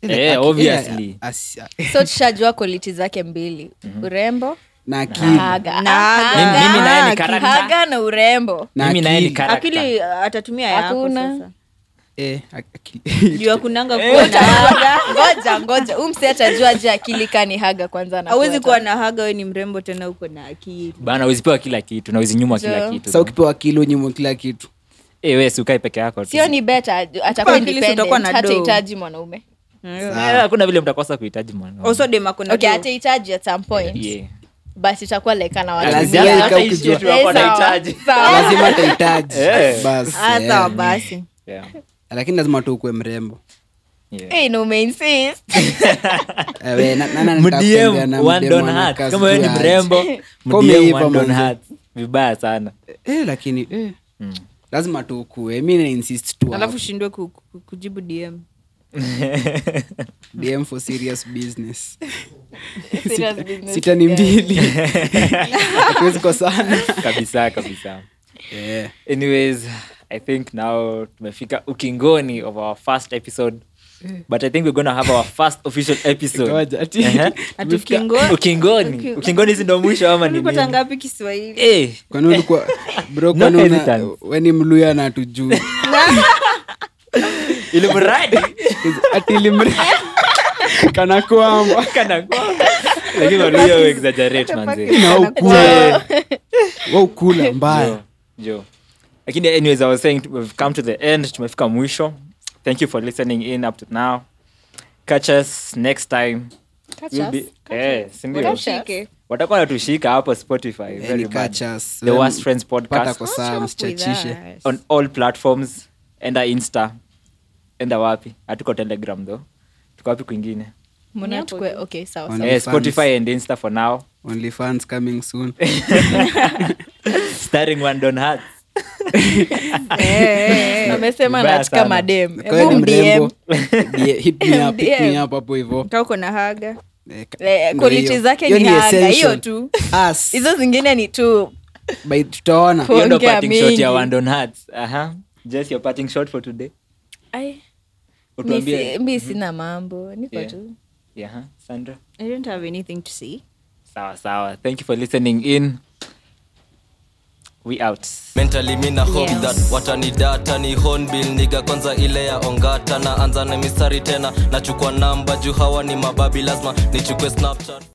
S6: Ile
S3: Mm. Eh,
S6: aki-
S3: obviously.
S6: ile asi-
S4: so tushajua quality zake mbili urembo
S6: na akili
S4: haga
S5: Na
S4: Ah,
S5: haga.
S4: haga.
S3: Mimi- mimi naye ni character.
S4: haga na urembo
S6: na
S3: mimi naye ni
S6: akili.
S3: character.
S7: akili uh, atatumia yako
S4: Hakuna.
S7: sasa
S6: Eh, ak- akili.
S7: juu akunanga kuwa na
S4: Haga. ngoja ngoja huu msi atajua je akili kani haga kwanza anafuata.
S7: awezi kuwa na haga we ni mrembo tena uko na akili
S3: bana uzipewa kila kitu na uzinyumwa
S4: Ndio.
S3: kila kitu
S6: Sasa ukipewa akili unyimwe kila kitu
S3: Eh, wewe si ukae peke yako tu.
S4: sio ni beta atakuwa
S5: akili si utakuwa
S4: independent
S5: na
S4: hata
S5: do.
S4: hitaji mwanaume
S3: Eh, hakuna vile mtakosa kuhitaji mwana-
S4: Oh,
S5: also dem akona
S4: okay
S5: do.
S4: hata hitaji at some point
S3: Yeah.
S4: but itakuwa like ana watu
S6: Lazima
S3: Hata
S6: ikae
S3: ishi
S6: ukijua.
S3: tu hapo
S4: Eh, sawa.
S3: anahitaji.
S4: Sawa.
S6: lazima atahitaji
S3: Eh.
S6: Basi,
S5: Ah,
S6: eh.
S5: sawa basi
S3: Yeah.
S6: lakini lazima tu ukuwe mrembo
S3: Yeah.
S4: Eh, na umeinsist.
S6: Eh, we, na- na- na-
S3: Mdm,
S6: nitakupenda na
S3: one
S6: mdem
S3: don
S6: anakaa
S3: heart.
S6: sijui
S3: kama wewe ni
S6: aje.
S3: mrembo
S6: Kwa
S3: mdm
S6: umeiva
S3: one don
S6: manze.
S3: heart. vibaya sana
S6: Eh, lakini eh.
S3: Mm.
S6: lazima tu ukue mi na insist tu
S5: alafu
S6: hapo.
S5: shindwe ku, ku, kujibu dm
S6: DM for serious business
S4: Serious business,
S6: sita ni mbili hatuwezi kosana
S3: kabisa kabisa
S6: Eh,
S3: anyways i think now tumefika ukingoni of our first episode but i think we're gonna have our first official episode
S6: ngoja, ati-
S3: Ehe.
S5: Ukingo-
S3: ukingoni ukingoni si ndo mwisho ama ni
S5: Ulipata
S3: nini?
S5: ngapi kiswahili
S3: Eh,
S6: kwani ulikuwa bro
S3: No
S6: kwani una-
S3: hesitance.
S6: weni mluya na tujuu
S3: ili mradi
S6: atilimri kana kwamba
S3: kana kwamba. lakini waluhya we exaggerate manze
S6: na ukula wa ukula mbaya
S3: jo lakini anyways i was saying we've come to the end tumefika mwisho thank you for listening in up to now catch us next time We'll
S4: us.
S3: be- eh, si ndio?
S4: Watushike.
S3: watakuwa wanatushika hapo spotify very
S6: ni
S3: bad.
S6: catch us.
S3: the worst friends
S6: pata
S3: podcast
S6: kosaa msichachishe
S3: on all platforms enda insta enda wapi hatuko telegram though tuko wapi kwingine
S4: Mbona tukue- okay, sawa, sawa.
S6: On
S3: eh,
S6: OnlyFans.
S3: spotify and insta for now
S6: only fans coming soon
S3: starring one don hearts
S4: amesema
S3: Vibaya
S4: anatika
S3: sana.
S4: madem
S6: Kwa hiyo
S4: Hebu
S6: ni
S4: DM.
S6: mrembo Die- hit me up hit me
S4: DM.
S6: up hapo hivyo
S5: ka uko na haga
S6: Eh, ka-
S4: Eh,
S6: ndio
S4: quality
S6: hiyo.
S4: zake
S6: Hiyo
S4: ni
S6: ni
S4: haga, hiyo
S6: essential.
S4: tu
S6: Us.
S4: hizo zingine ni tu
S6: by tutaona
S4: Kuongea
S3: Hiyo ndo parting shot
S4: mingi.
S3: ya Wandon Hearts. Aha. Just your parting shot for today.
S4: Ai, mi
S3: Utuambie.
S4: si- mi sina mambo niko
S3: Yeah.
S4: tu
S3: Yeah, huh? Sandra.
S7: I don't have anything to say.
S3: Sawa sawa. Thank you for listening in. We out.
S2: mentally mina hope that watanidata ni hornbill niga kwanza ile ya ongata na anza na mistari tena nachukua namba juu hawa ni mababi lazima nichukue snapchat